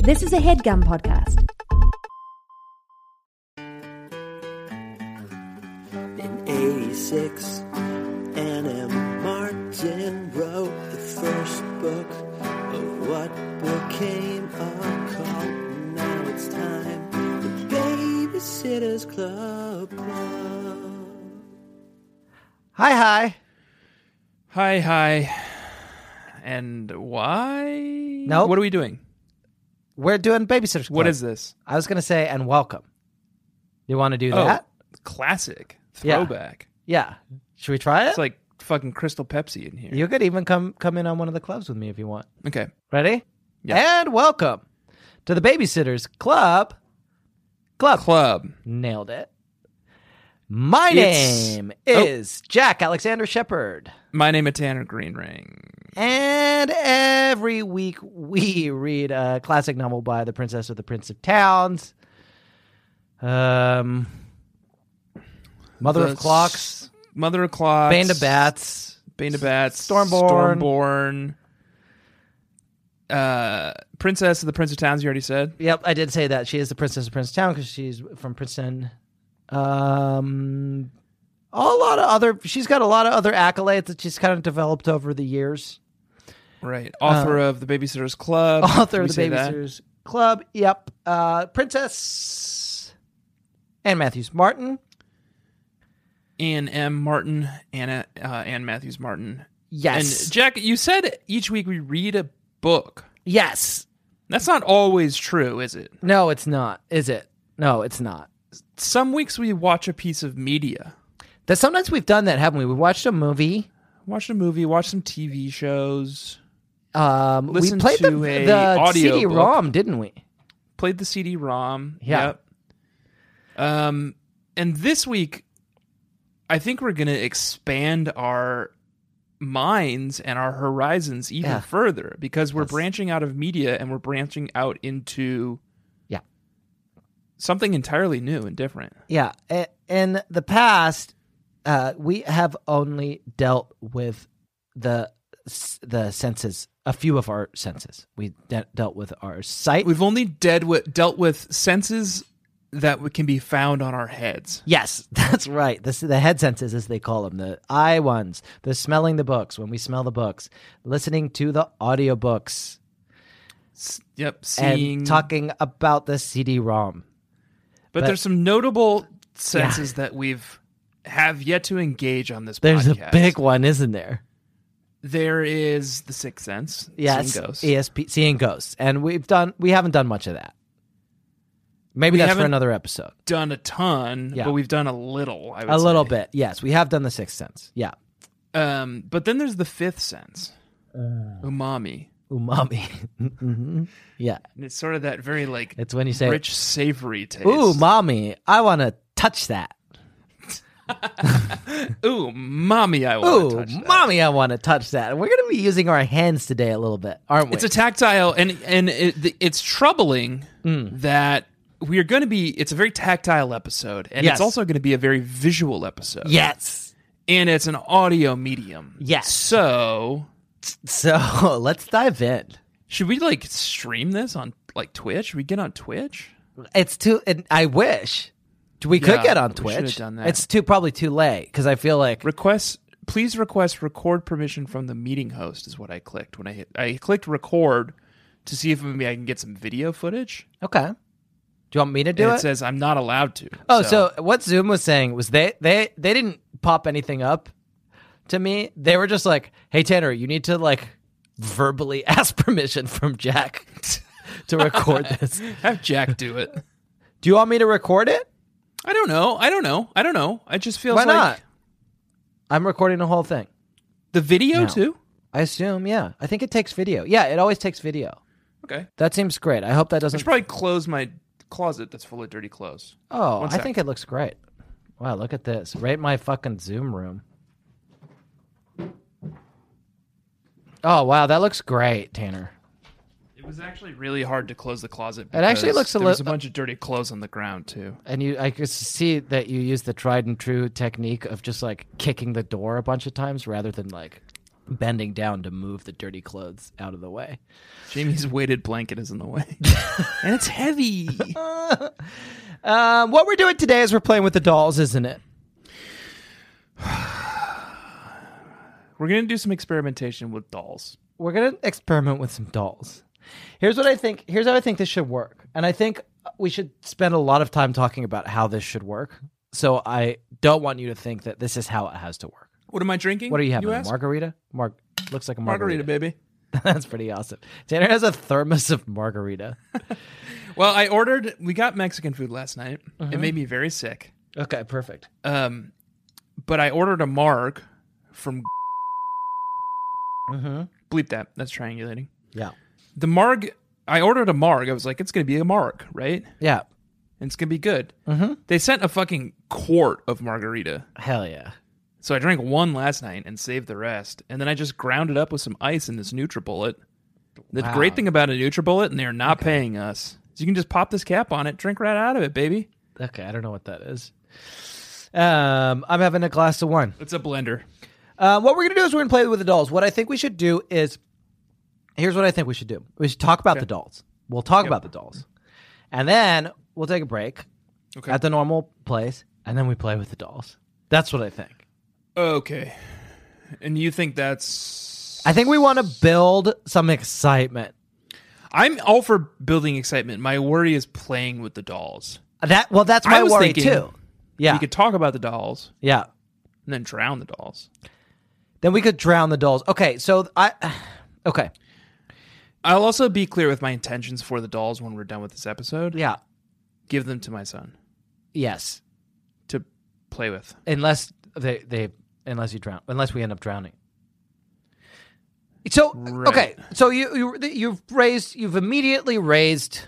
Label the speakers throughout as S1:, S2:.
S1: This is a headgum podcast.
S2: In 86, Anna Martin wrote the first book of what became a cult. Now it's time, the Babysitter's Club. Club.
S3: Hi, hi.
S4: Hi, hi. And why?
S3: Nope.
S4: What are we doing?
S3: We're doing Babysitters Club.
S4: What is this?
S3: I was going to say, and welcome. You want to do that?
S4: Oh, classic
S3: Yeah.
S4: throwback.
S3: Yeah. Should we try it?
S4: It's like fucking Crystal Pepsi in here.
S3: you could even come come in on one of the clubs with me if you want.
S4: Okay.
S3: Ready?
S4: Yeah.
S3: And welcome to the Babysitters Club. Club.
S4: Club.
S3: Nailed it. My
S4: It's-
S3: name
S4: Oh.
S3: is Jack Alexander Shepard.
S4: My name is Tanner Greenring.
S3: And every week we read a classic novel by the Princess or the Prince of Towns. Um, Mother
S4: The
S3: of Clocks,
S4: s- Mother of Clocks.
S3: Band of Bats,
S4: Bane of Bats.
S3: Stormborn.
S4: Stormborn. Uh, Princess of the Prince of Towns, you already said.
S3: Yep, I did say that. She is the princess of Princetown because she's from Princeton. Um, a lot of other. She's got a lot of other accolades that she's kind of developed over the years.
S4: Right. Author of The Babysitter's Club.
S3: Uh, Author
S4: Can we
S3: of the
S4: say that?
S3: Babysitters Club. Yep, uh, Princess and Matthews Martin.
S4: Ann M. Martin. Anna, uh, Ann Matthews Martin.
S3: Yes,
S4: And Jack, you said each week we read a book.
S3: yes.
S4: That's not always true, is it?
S3: No, it's not. Is it? No, it's not.
S4: Some weeks we watch a piece of media.
S3: That sometimes we've done that, haven't we? We watched a movie.
S4: Watch a movie, watch some TV shows,
S3: Um, we
S4: Listen
S3: played the,
S4: to a
S3: the
S4: audiobook.
S3: CD-ROM, didn't we?
S4: played the CD ROM.
S3: Yeah.
S4: Yep. Um, and this week, I think we're going to expand our minds and our horizons even
S3: Yeah.
S4: further because we're
S3: Yes.
S4: branching out of media and we're branching out into
S3: Yeah.
S4: something entirely new and different.
S3: Yeah. i- In the past, uh, we have only dealt with the s- the senses, a few of our senses. We de- dealt with our sight.
S4: We've only dead with, dealt with senses that w- can be found on our heads.
S3: yes, that's right. This the head senses, as they call them, the eye ones, the smelling the books when we smell the books, listening to the audiobooks,
S4: S- Yep, seeing.
S3: and talking about the CD-ROM.
S4: but,
S3: but-
S4: there's some notable senses that we've have yet to engage on this.
S3: There's
S4: podcast.
S3: a big one, isn't there?
S4: There is the sixth sense. seeing
S3: Yes,
S4: ghosts.
S3: ESP, seeing ghosts, and we've done we haven't done much of that. Maybe
S4: We
S3: that's for
S4: haven't-
S3: another episode.
S4: Done a ton,
S3: Yeah.
S4: but we've done a little. I would
S3: A
S4: say.
S3: little bit, yes. We have done the Sixth Sense, yeah.
S4: Um, but then there's the fifth sense,
S3: Uh.
S4: umami,
S3: Umami, Mhm. yeah.
S4: and it's sort of that very like
S3: It's when you say
S4: rich, savory taste.
S3: "Ooh, mommy, I want to touch that."
S4: Ooh, mommy, I want to
S3: Ooh,
S4: touch that.
S3: mommy, I want to touch that. And we're gonna be using our hands today a little bit, aren't we?
S4: It's a tactile, and and it, it's troubling
S3: Mm.
S4: that we are going to be. It's a very tactile episode, and
S3: Yes.
S4: it's also going to be a very visual episode.
S3: yes.
S4: and it's an audio medium.
S3: Yes.
S4: So
S3: So let's dive in.
S4: should we like stream this on like Twitch? Should we get on Twitch?
S3: It's too. And I wish we could
S4: Yeah,
S3: get on
S4: we should've
S3: Twitch.
S4: done that.
S3: It's too probably too late because I feel like
S4: Request. Please request record permission from the meeting host is what I clicked when I hit. I clicked record to see if maybe I can get some video footage.
S3: okay. Do you want me to do
S4: and
S3: it?
S4: it says I'm not allowed to.
S3: oh, so. what Zoom was saying was they they they didn't pop anything up to me. They were just like, "Hey Tanner, you need to like verbally ask permission from Jack to record this.
S4: have Jack do it.
S3: Do you want me to record it?
S4: I don't know. I don't know. I don't know. I just feels
S3: Why
S4: like
S3: not? I'm recording the whole thing.
S4: the video
S3: No.
S4: too.
S3: I assume, yeah. I think it takes video. Yeah, it always takes video.
S4: Okay.
S3: That seems great. I hope that
S4: I
S3: doesn't
S4: should probably close my closet that's full of dirty clothes.
S3: Oh,
S4: One
S3: I
S4: sec.
S3: think it looks great. Wow, look at this. Right in my fucking Zoom room. Oh, wow, that looks great, Tanner.
S4: It was actually really hard to close the closet.
S3: It actually
S4: because
S3: looks a
S4: there was
S3: lit-
S4: a bunch of dirty clothes on the ground too.
S3: And you I could see that you use the tried and true technique of just like kicking the door a bunch of times rather than like bending down to move the dirty clothes out of the way.
S4: Jamie's weighted blanket is in the way, and it's heavy.
S3: Um, what we're doing today is we're playing with the dolls, isn't it?
S4: We're gonna do some experimentation with dolls.
S3: We're gonna experiment with some dolls. Here's what I think. Here's how I think this should work, and I think we should spend a lot of time talking about how this should work. So I don't want you to think that this is how it has to work.
S4: What am I drinking?
S3: What are you having? a
S4: ask?
S3: margarita? Mar- looks like a
S4: margarita,
S3: margarita.
S4: baby.
S3: That's pretty awesome. Tanner has a thermos of margarita.
S4: Well, I ordered. We got Mexican food last night.
S3: Uh-huh.
S4: It made me very sick.
S3: okay, perfect.
S4: Um, but I ordered a marg from.
S3: Mm-hmm.
S4: Bleep that. That's triangulating.
S3: Yeah.
S4: The marg. I ordered a marg. I was like, it's gonna be a marg, right?
S3: Yeah.
S4: And it's gonna be good.
S3: Mhm.
S4: They sent a fucking quart of margarita.
S3: Hell yeah.
S4: So I drank one last night and saved the rest, and then I just ground it up with some ice in this NutriBullet. The
S3: Wow.
S4: great thing about a NutriBullet, and they're not paying us, is you can just pop this cap on it, drink right out of it, baby.
S3: Okay, I don't know what that is. Um, I'm having a glass of wine.
S4: It's a blender.
S3: Uh, what we're gonna do is we're gonna play with the dolls. What I think we should do is, here's what I think we should do. We should talk about the dolls. We'll talk about the dolls, and then we'll take a break
S4: Okay.
S3: at the normal place, and then we play with the dolls. That's what I think.
S4: Okay. And you think that's?
S3: I think we want to build some excitement.
S4: I'm all for building excitement. My worry is playing with the dolls.
S3: That well, that's
S4: I
S3: my
S4: was
S3: worry
S4: thinking
S3: too. Yeah,
S4: We could talk about the dolls
S3: yeah.
S4: and then drown the dolls.
S3: Then we could drown the dolls. Okay, so I, okay,
S4: I'll also be clear with my intentions for the dolls when we're done with this episode.
S3: yeah,
S4: Give them to my son
S3: yes.
S4: to play with.
S3: unless they they unless you drown unless we end up drowning. So okay,
S4: Right.
S3: so you you you've raised you've immediately raised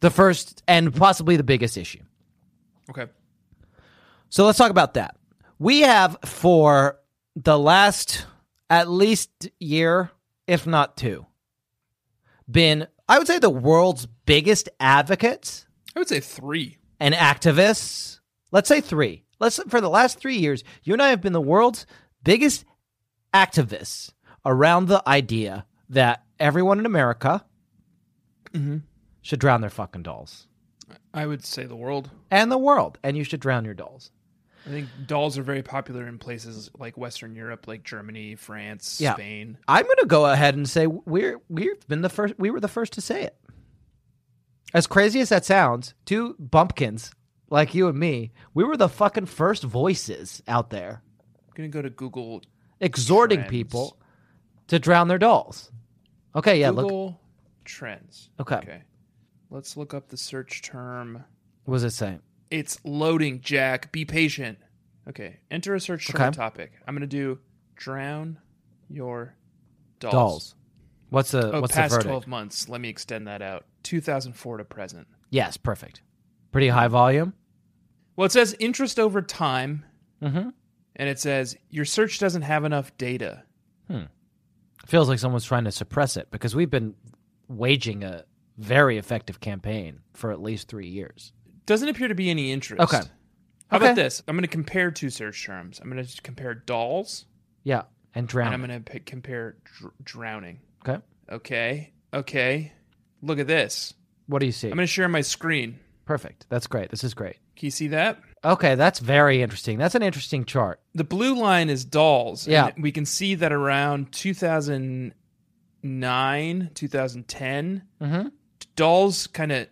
S3: the first and possibly the biggest issue.
S4: Okay.
S3: So let's talk about that. We have for the last at least year, if not two, been I would say the world's biggest advocates
S4: I would say three.
S3: and activists. Let's say three. Let's for the last three years, you and I have been the world's biggest activists around the idea that everyone in America should drown their fucking dolls
S4: I would say the world.
S3: and the world, and you should drown your dolls.
S4: I think dolls are very popular in places like Western Europe, like Germany, France,
S3: Yeah.
S4: Spain.
S3: I'm going to go ahead and say we're we've been the first. We were the first to say it. As crazy as that sounds, two bumpkins like you and me, we were the fucking first voices out there
S4: I'm gonna go to Google.
S3: exhorting
S4: Trends.
S3: people to drown their dolls. Okay, yeah, look.
S4: Google trends.
S3: Okay.
S4: Okay. Let's look up the search term.
S3: What does it say?
S4: It's loading, Jack. Be patient. Okay. Enter a search term or
S3: Okay.
S4: topic. I'm gonna do drown your dolls.
S3: Dolls. What's the
S4: Oh,
S3: what's the
S4: past
S3: verdict?
S4: 12 months. Let me extend that out. 2004 to present.
S3: Yes, perfect. Pretty high volume.
S4: Well, it says interest over time,
S3: Mm-hmm.
S4: and it says your search doesn't have enough data.
S3: Hmm. Feels like someone's trying to suppress it because we've been waging a very effective campaign for at least three years.
S4: Doesn't appear to be any interest.
S3: Okay.
S4: How
S3: Okay.
S4: about this? I'm going to compare two search terms. I'm going to compare dolls,
S3: Yeah, and drown.
S4: and I'm going to p- compare dr- drowning.
S3: okay,
S4: Okay. Okay. Look at this.
S3: what do you see?
S4: I'm going to share my screen.
S3: perfect. That's great. This is great.
S4: Can you see that?
S3: Okay, that's very interesting. That's an interesting chart.
S4: The blue line is dolls. and
S3: Yeah.
S4: we can see that around 2009, 2010,
S3: Mm-hmm.
S4: dolls kind of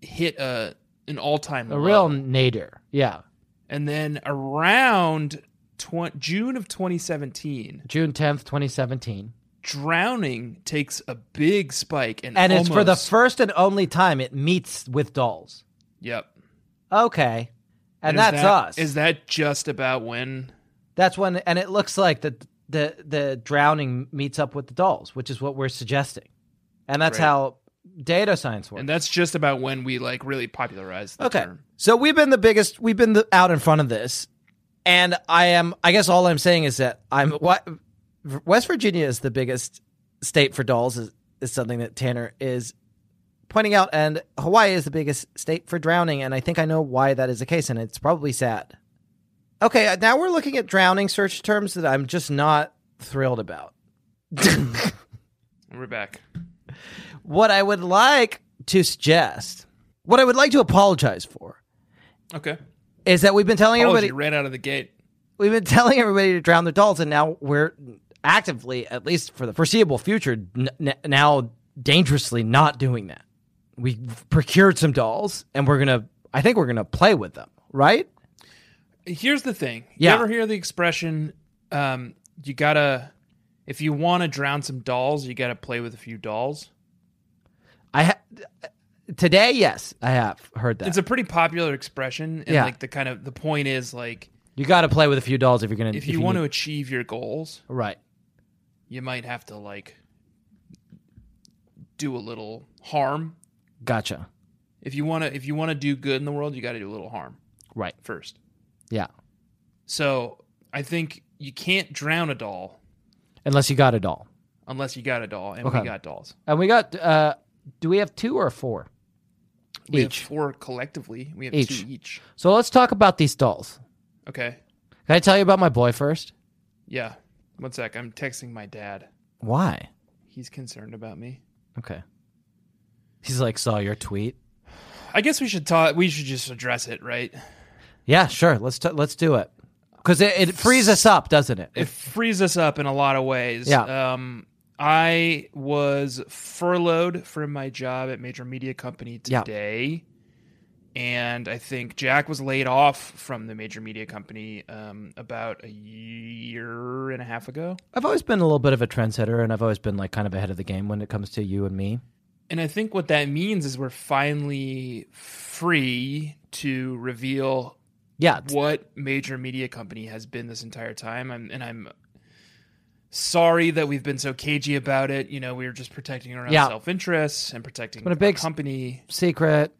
S4: hit a an all time
S3: A real nader. Yeah,
S4: and then around tw- June of 2017,
S3: June tenth, twenty seventeen.
S4: drowning takes a big spike and
S3: and it's for the
S4: almost-
S3: first and only time it meets with dolls.
S4: yep,
S3: Okay, and,
S4: is
S3: that's
S4: that-
S3: us.
S4: Is that just about when?
S3: that's when, and it looks like the the the drowning meets up with the dolls, which is what we're suggesting, and that's
S4: Right.
S3: how data science works.
S4: And that's just about when we like really popularized the
S3: okay,
S4: term.
S3: so we've been the biggest, we've been the, out in front of this, and I am. I guess all I'm saying is that I'm what West Virginia is the biggest state for dolls is, is something that Tanner is pointing out, and Hawaii is the biggest state for drowning, and I think I know why that is the case, and it's probably sad. Okay, uh, now we're looking at drowning search terms that I'm just not thrilled about.
S4: We're back.
S3: What I would like to suggest, what I would like to apologize for,
S4: Okay.
S3: is that we've been telling
S4: Apology
S3: everybody
S4: ran out of the gate.
S3: we've been telling everybody to drown their dolls, and now we're actively, at least for the foreseeable future, n- n- now dangerously not doing that. We procured some dolls, and we're gonna. I think we're gonna play with them, right?
S4: Here's the thing.
S3: Yeah.
S4: You ever hear the expression, um, you gotta, if you want to drown some dolls, you gotta play with a few dolls?
S3: I ha- today, yes, I have heard that.
S4: It's a pretty popular expression. And
S3: Yeah.
S4: like the kind of, the point is like,
S3: you got to play with a few dolls if you're gonna.
S4: if you want
S3: need-
S4: to achieve your goals,
S3: right?
S4: you might have to like do a little harm.
S3: Gotcha.
S4: If you want to, if you want to do good in the world, you gotta do a little harm
S3: Right.
S4: first.
S3: Yeah.
S4: So I think you can't drown a doll
S3: Unless you got a doll,
S4: unless you got a doll, and
S3: Okay.
S4: we got dolls.
S3: and we got. uh Do we have two or four?
S4: We
S3: Each.
S4: have four collectively. We have
S3: Each.
S4: two each.
S3: So let's talk about these dolls.
S4: Okay.
S3: Can I tell you about my boy first?
S4: Yeah. One sec. I'm texting my dad.
S3: Why?
S4: He's concerned about me.
S3: Okay. He's like, saw your tweet.
S4: I guess we should talk. We should just address it, right?
S3: Yeah, sure. Let's t- let's do it because it, it frees us up, doesn't it?
S4: It frees us up in a lot of ways.
S3: Yeah.
S4: Um, I was furloughed from my job at Major Media Company
S3: Yeah.
S4: today. And I think Jack was laid off from the Major Media Company um, about a year and a half ago.
S3: I've always been a little bit of a trendsetter, and I've always been like kind of ahead of the game when it comes to you and me.
S4: And I think what that means is we're finally free to reveal
S3: Yeah,
S4: what major media company has been this entire time. I'm, and I'm sorry that we've been so cagey about it. You know, we were just protecting our own
S3: Yeah.
S4: self interests and protecting
S3: But a
S4: our
S3: big-
S4: company.
S3: secret.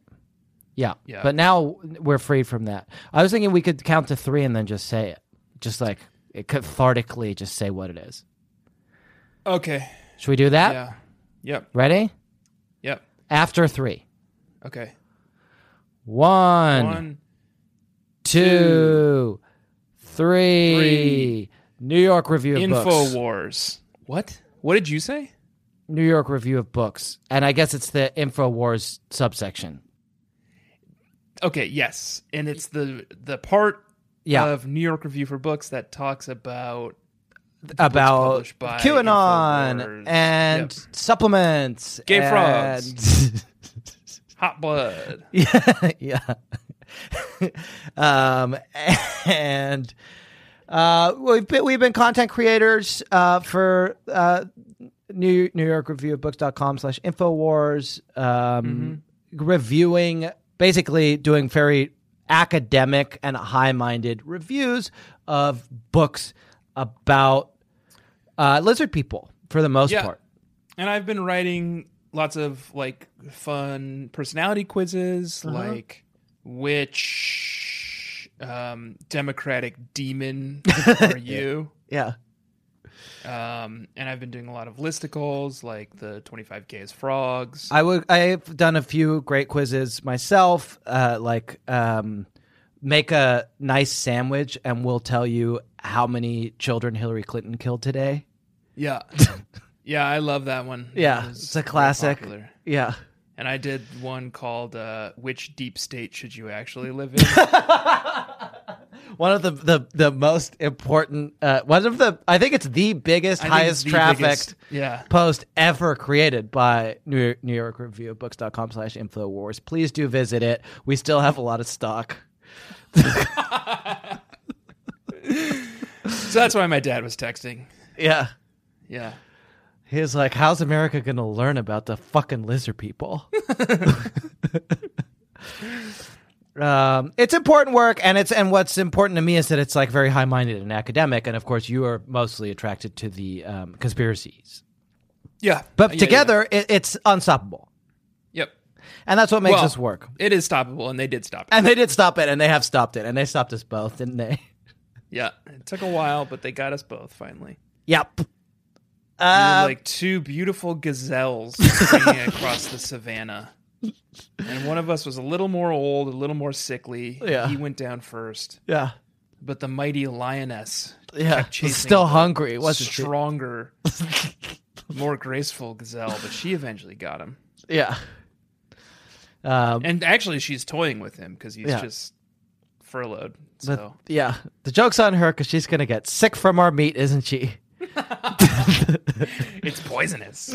S3: Yeah.
S4: Yeah.
S3: But now we're freed from that. I was thinking we could count to three and then just say it. Just like it cathartically just say what it is.
S4: Okay.
S3: Should we do that?
S4: Yeah. Yep.
S3: Ready?
S4: Yep.
S3: After three.
S4: Okay.
S3: One,
S4: One.
S3: two, three.
S4: three.
S3: New York Review of Books.
S4: Infowars. What? What did you say?
S3: New York Review of Books. And I guess it's the InfoWars subsection.
S4: Okay. Yes. And it's the the part
S3: Yeah.
S4: of New York Review for Books that talks about
S3: about
S4: published by
S3: QAnon
S4: InfoWars.
S3: and
S4: Yep.
S3: supplements.
S4: Gay
S3: frogs.
S4: hot blood.
S3: Yeah, yeah. um, and uh, we've been, we've been content creators uh, for uh, New New York Review of Books.com slash Infowars, um, reviewing basically doing very academic and high minded reviews of books about uh, lizard people for the most
S4: Yeah.
S3: part.
S4: And I've been writing lots of like fun personality quizzes,
S3: Uh-huh.
S4: like which um, Democratic demon are you?
S3: Yeah.
S4: Um, and I've been doing a lot of listicles, like the 25K is frogs.
S3: I would. I've done a few great quizzes myself. Uh, like, um, make a nice sandwich, and we'll tell you how many children Hillary Clinton killed today.
S4: yeah. yeah, I love that one.
S3: Yeah,
S4: It was
S3: it's a
S4: very
S3: classic.
S4: popular.
S3: Yeah,
S4: And I did one called uh, Which Deep State Should You Actually Live in?
S3: one of the the, the most important. Uh, one of the. I think it's the biggest,
S4: I think it's
S3: highest
S4: the
S3: trafficked
S4: biggest- yeah.
S3: post ever created by New New York Review of Books.com slash InfoWars. Please do visit it. We still have a lot of stock.
S4: So that's why my dad was texting.
S3: Yeah.
S4: Yeah.
S3: He's like, how's America going to learn about the fucking lizard people? um, it's important work, and it's and what's important to me is that it's like very high minded and academic, and of course, you are mostly attracted to the um, conspiracies.
S4: Yeah.
S3: But
S4: Yeah, yeah.
S3: together, It, it's unstoppable,
S4: Yep.
S3: and that's what makes
S4: Well,
S3: us work.
S4: It is stoppable, and they did stop it.
S3: And they did stop it, and they have stopped it, and they stopped us both, didn't they?
S4: Yeah, it took a while, but they got us both finally.
S3: yep.
S4: We were
S3: Uh,
S4: like two beautiful gazelles singing across the savannah, and one of us was a little more old, a little more sickly.
S3: Yeah.
S4: he went down first,
S3: yeah.
S4: but the mighty lioness
S3: Yeah,
S4: kept
S3: was
S4: chasing
S3: still
S4: the
S3: hungry. It wasn't she?
S4: stronger, more graceful gazelle, but she eventually got him.
S3: Yeah. Um,
S4: And actually, she's toying with him because he's
S3: Yeah.
S4: just furloughed.
S3: but
S4: So
S3: yeah, the joke's on her because she's gonna get sick from our meat, isn't she?
S4: it's poisonous.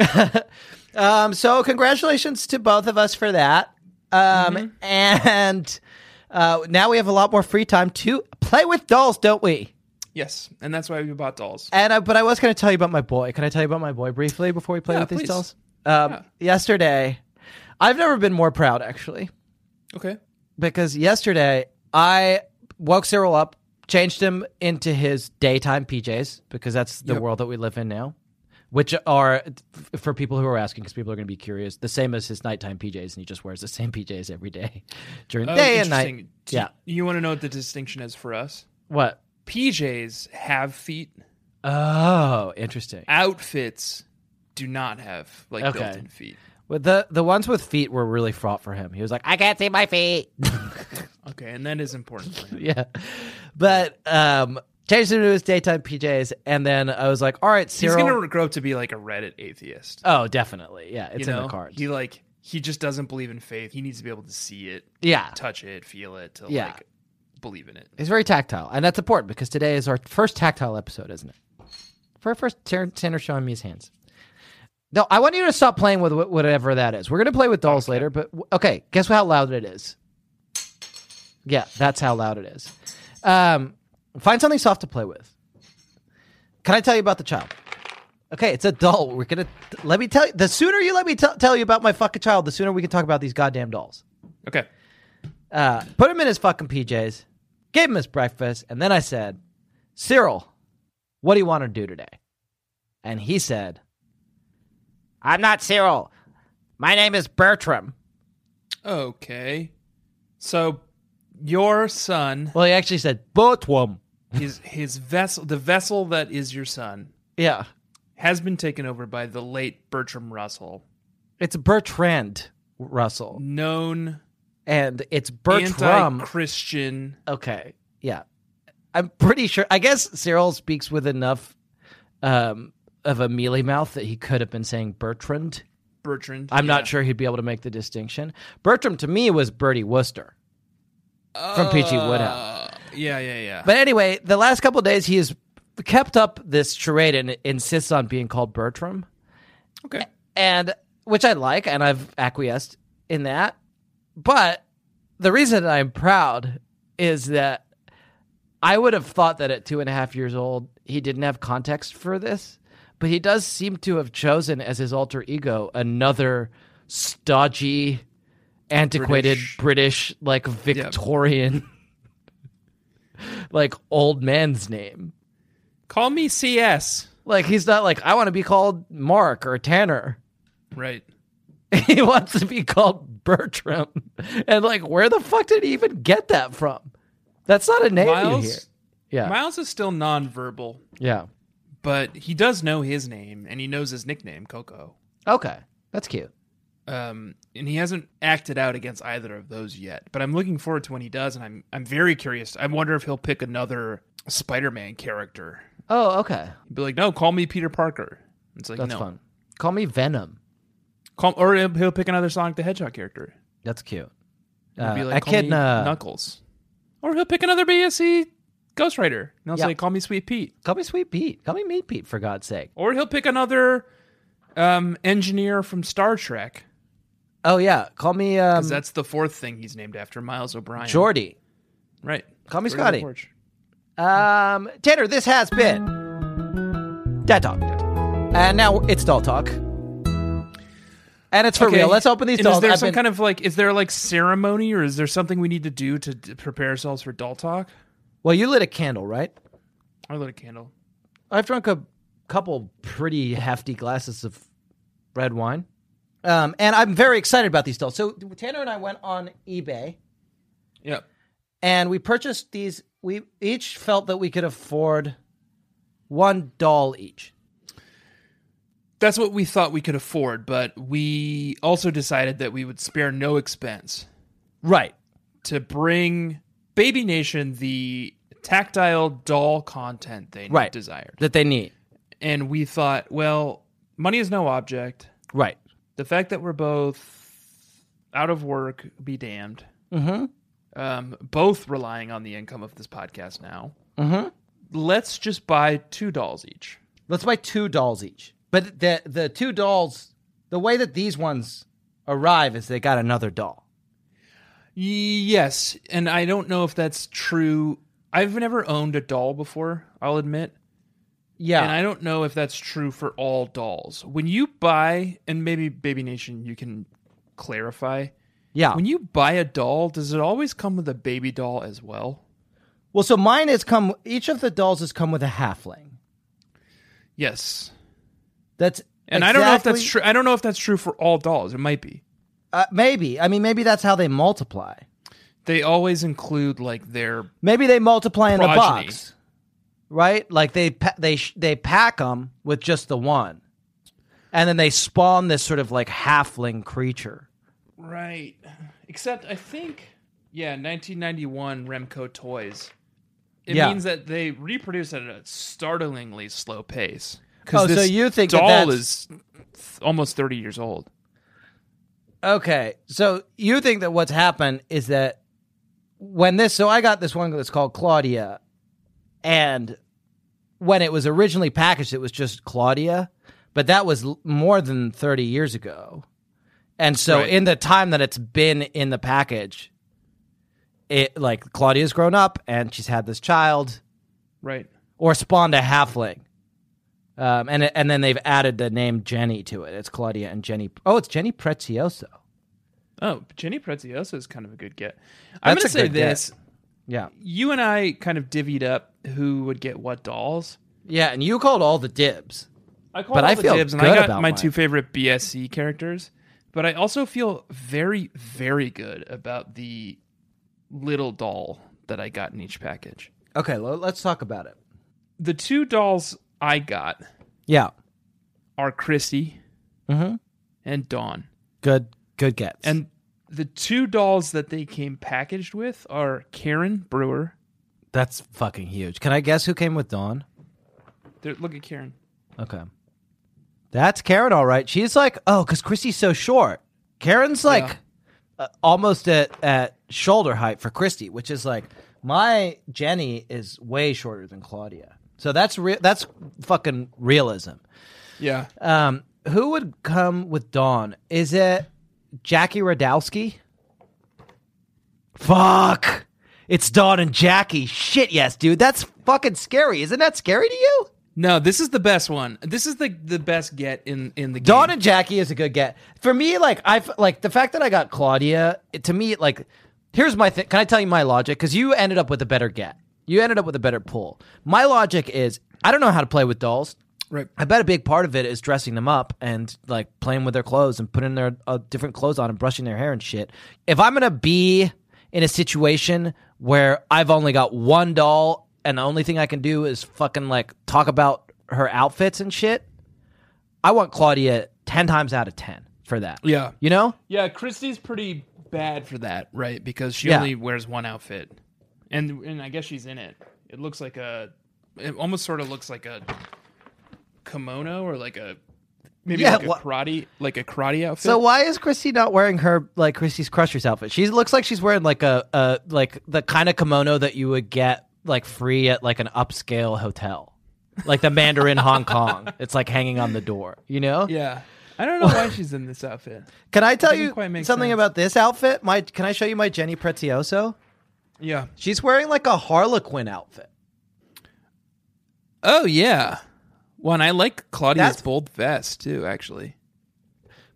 S3: Um, so congratulations to both of us for that. Um, and uh, now we have a lot more free time to play with dolls, don't we?
S4: yes, and that's why we bought dolls.
S3: And I, but I was going to tell you about my boy. Can I tell you about my boy briefly before we play
S4: Yeah,
S3: with these
S4: please.
S3: dolls? Um, Yesterday, I've never been more proud actually
S4: Okay.
S3: because yesterday I woke Cyril up, changed him into his daytime PJs because that's the
S4: Yep.
S3: world that we live in now, which are f- for people who are asking because people are going to be curious, the same as his nighttime PJs, and he just wears the same PJs every day during the
S4: Oh,
S3: day and night.
S4: interesting. Do-
S3: Yeah.
S4: You want to know what the distinction is for us?
S3: What?
S4: PJs have feet.
S3: Oh, interesting.
S4: Outfits do not have like
S3: Okay.
S4: built-in feet.
S3: Well, the the ones with feet were really fraught for him. He was like, I can't see my feet.
S4: Okay, and that is important for him.
S3: yeah. But um changed him to his daytime PJs and then I was like, all right,
S4: He's
S3: Cyril.
S4: gonna grow up to be like a Reddit atheist.
S3: Oh, definitely. Yeah, it's
S4: you
S3: in
S4: know?
S3: the cards.
S4: He like he just doesn't believe in faith. He needs to be able to see it,
S3: yeah.
S4: touch it, feel it, to
S3: Yeah.
S4: like believe in it.
S3: He's very tactile. And that's important because today is our first tactile episode, isn't it? For our first Tan- Tanner showing me his hands. No, I want you to stop playing with wh- whatever that is. We're going to play with dolls later, but w- okay, guess how loud it is. Yeah, that's how loud it is. Um, find something soft to play with. Can I tell you about the child? Okay, it's a doll. We're going to let me tell you. The sooner you let me t- tell you about my fucking child, the sooner we can talk about these goddamn dolls
S4: Okay.
S3: uh, put him in his fucking PJs, gave him his breakfast, and then I said, Cyril, what do you want to do today? And he said, I'm not Cyril. My name is Bertram.
S4: Okay. So your son
S3: Well, he actually said, Bertram.
S4: his his vessel the vessel that is your son
S3: Yeah.
S4: has been taken over by the late Bertram Russell,
S3: It's Bertrand Russell.
S4: known
S3: And it's Bertram.
S4: anti-Christian.
S3: okay. Yeah. I'm pretty sure. I guess Cyril speaks with enough um, of a mealy mouth that he could have been saying Bertrand.
S4: Bertrand.
S3: I'm
S4: Yeah.
S3: not sure he'd be able to make the distinction. Bertram to me was Bertie Wooster from Peachy Woodhouse.
S4: Uh, yeah, yeah, yeah.
S3: But anyway, the last couple of days he has kept up this charade and insists on being called Bertram,
S4: okay.
S3: and which I like, and I've acquiesced in that. But the reason I'm proud is that I would have thought that at two and a half years old he didn't have context for this, but he does seem to have chosen as his alter ego another stodgy, antiquated
S4: British.
S3: British, like Victorian, like old man's name.
S4: Call me CS.
S3: Like he's not like I want to be called Mark or Tanner.
S4: Right.
S3: he wants to be called Bertram. And like, where the fuck did he even get that from? That's not a name you hear.
S4: Miles.
S3: Yeah.
S4: Miles is still nonverbal,
S3: yeah.
S4: but he does know his name and he knows his nickname, Coco.
S3: Okay. That's cute.
S4: Um, and he hasn't acted out against either of those yet. But I'm looking forward to when he does, and I'm I'm very curious. I wonder if he'll pick another Spider-Man character.
S3: Oh, okay.
S4: He'd be like, "No, call me Peter Parker." It's like,
S3: That's
S4: no,
S3: fun. Call me Venom.
S4: Call, or he'll, he'll pick another Sonic the Hedgehog character.
S3: That's cute.
S4: He'll
S3: Uh,
S4: be like, call me
S3: Echidna.
S4: Knuckles. Or he'll pick another BSC Ghost Rider. And he'll
S3: Yeah.
S4: say, call me Sweet Pete.
S3: Call me Sweet Pete. Call me Meat Pete, for God's sake.
S4: Or he'll pick another um, engineer from Star Trek.
S3: Oh, yeah. Call me um,
S4: 'Cause that's the fourth thing he's named after, Miles O'Brien.
S3: Jordy.
S4: Right.
S3: Call me
S4: Jordy
S3: Scotty.
S4: LaForge.
S3: Um, Tanner, this has been Dad Talk. And now it's Doll Talk. And it's for
S4: Okay.
S3: real. Let's open these
S4: And
S3: dolls.
S4: Is there
S3: I've
S4: some
S3: been-
S4: kind of like, is there like ceremony or is there something we need to do to d- prepare ourselves for doll talk?
S3: well, you lit a candle, right?
S4: I lit a candle.
S3: I've drunk a couple pretty hefty glasses of red wine. Um, and I'm very excited about these dolls. So Tanner and I went on eBay
S4: Yeah.
S3: and we purchased these. We each felt that we could afford one doll each.
S4: That's what we thought we could afford, but we also decided that we would spare no expense
S3: Right.
S4: to bring Baby Nation the tactile doll content they
S3: Right.
S4: desired.
S3: that they need.
S4: And we thought, well, money is no object.
S3: Right.
S4: The fact that we're both out of work, be damned.
S3: Mm-hmm.
S4: Um, both relying on the income of this podcast now.
S3: Mm-hmm.
S4: Let's just buy two dolls each.
S3: Let's buy two dolls each. But the the two dolls, the way that these ones arrive is they got another doll.
S4: Yes, and I don't know if that's true. I've never owned a doll before, I'll admit.
S3: Yeah.
S4: And I don't know if that's true for all dolls. When you buy, and maybe Baby Nation, you can clarify.
S3: yeah.
S4: When you buy a doll, does it always come with a baby doll as well?
S3: well, so mine has come. Each of the dolls has come with a halfling.
S4: Yes.
S3: That's
S4: And I don't know if that's
S3: exactly-
S4: true. I don't know if that's true for all dolls. It might be.
S3: Uh, maybe. I mean, maybe that's how they multiply.
S4: They always include like their
S3: Maybe they multiply in a
S4: Progeny.
S3: box, right? Like they pa- they sh- they pack them with just the one, and then they spawn this sort of like halfling creature.
S4: Right. Except I think, yeah, 1991 Remco Toys. It
S3: Yeah.
S4: means that they reproduce at a startlingly slow pace.
S3: Oh, so you think that
S4: doll
S3: that's-
S4: is th- almost 30 years old?
S3: Okay, so you think that what's happened is that when this, so I got this one that's called Claudia, and when it was originally packaged, it was just Claudia, but that was l- more than 30 years ago. And so
S4: Right.
S3: in the time that it's been in the package, it like Claudia's grown up and she's had this child
S4: Right.
S3: or spawned a halfling. Um, and and then they've added the name Jenny to it. It's Claudia and Jenny. Oh, it's Jenny Prezioso.
S4: Oh, Jenny Prezioso is kind of a good get. I'm
S3: That's
S4: going to
S3: a
S4: say
S3: good get.
S4: this.
S3: Yeah.
S4: You and I kind of divvied up who would get what dolls.
S3: Yeah, and you called all the dibs.
S4: I called
S3: But
S4: all
S3: I
S4: the
S3: feel
S4: dibs, and
S3: good
S4: I got
S3: about
S4: my
S3: mine.
S4: two favorite BSC characters. But I also feel very, very good about the little doll that I got in each package.
S3: Okay, lo- let's talk about it.
S4: The two dolls I got
S3: Yeah.
S4: are Chrissy
S3: Mm-hmm.
S4: and Dawn,
S3: Good. Good gets.
S4: and the two dolls that they came packaged with are Karen Brewer.
S3: that's fucking huge. Can I guess who came with Dawn?
S4: There, look at Karen.
S3: Okay. That's Karen, all right. She's like, oh, because Christy's so short. Karen's like uh, almost at, at shoulder height for Christy, which is like my Jenny is way shorter than Claudia. So that's real. That's fucking realism.
S4: Yeah,
S3: Um, who would come with Dawn? Is it Jackie Radowski? Fuck. It's Dawn and Jackie. Shit, yes, dude. That's fucking scary. Isn't that scary to you?
S4: no, this is the best one. This is the the best get in in the
S3: Dawn
S4: game.
S3: and Jackie is a good get. For me, like I have like the fact that I got Claudia, it, to me like here's my thing. Can I tell you my logic cuz you ended up with a better get. You ended up with a better pull. My logic is I don't know how to play with dolls.
S4: right.
S3: I bet a big part of it is dressing them up and like playing with their clothes and putting their uh, different clothes on and brushing their hair and shit. If I'm gonna be in a situation where I've only got one doll and the only thing I can do is fucking like talk about her outfits and shit, I want Claudia ten times out of ten for that.
S4: Yeah.
S3: you know,
S4: Yeah, Christy's pretty bad for that, right? Because she
S3: Yeah.
S4: only wears one outfit, and and I guess she's in it. It looks like a, it almost sort of looks like a kimono or like a maybe
S3: Yeah,
S4: like a
S3: what-
S4: karate like a karate outfit.
S3: So why is Christy not wearing her like Christy's Crusher's outfit? She looks like she's wearing like a, a like the kind of kimono that you would get like free at like an upscale hotel. Like the Mandarin Hong Kong. It's like hanging on the door, you know?
S4: yeah, I don't know why she's in this outfit.
S3: Can I tell
S4: Doesn't
S3: you
S4: quite
S3: something
S4: make sense.
S3: about this outfit? My can I show you my Jenny Prezioso?
S4: Yeah.
S3: She's wearing like a Harlequin outfit.
S4: Oh yeah. Well, and I like Claudia's
S3: That's-
S4: bold vest too. Actually,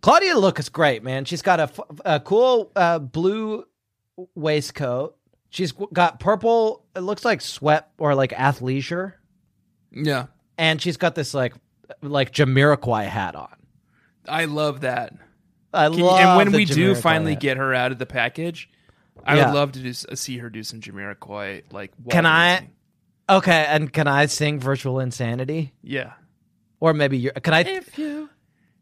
S3: Claudia look is great, man. She's got a, f- a cool uh, blue waistcoat. She's w- got purple, it looks like sweat or like athleisure.
S4: yeah,
S3: and she's got this like like Jamiroquai hat on.
S4: I love that.
S3: I
S4: Can you-
S3: love
S4: and when
S3: the
S4: we do
S3: Jamiroquai
S4: finally
S3: hat.
S4: get her out of the package, I
S3: Yeah.
S4: would love to do, s- see her do some Jamiroquai like. wall
S3: Can I-
S4: dancing.
S3: okay, and can I sing Virtual Insanity?
S4: Yeah.
S3: Or maybe you can I
S4: If you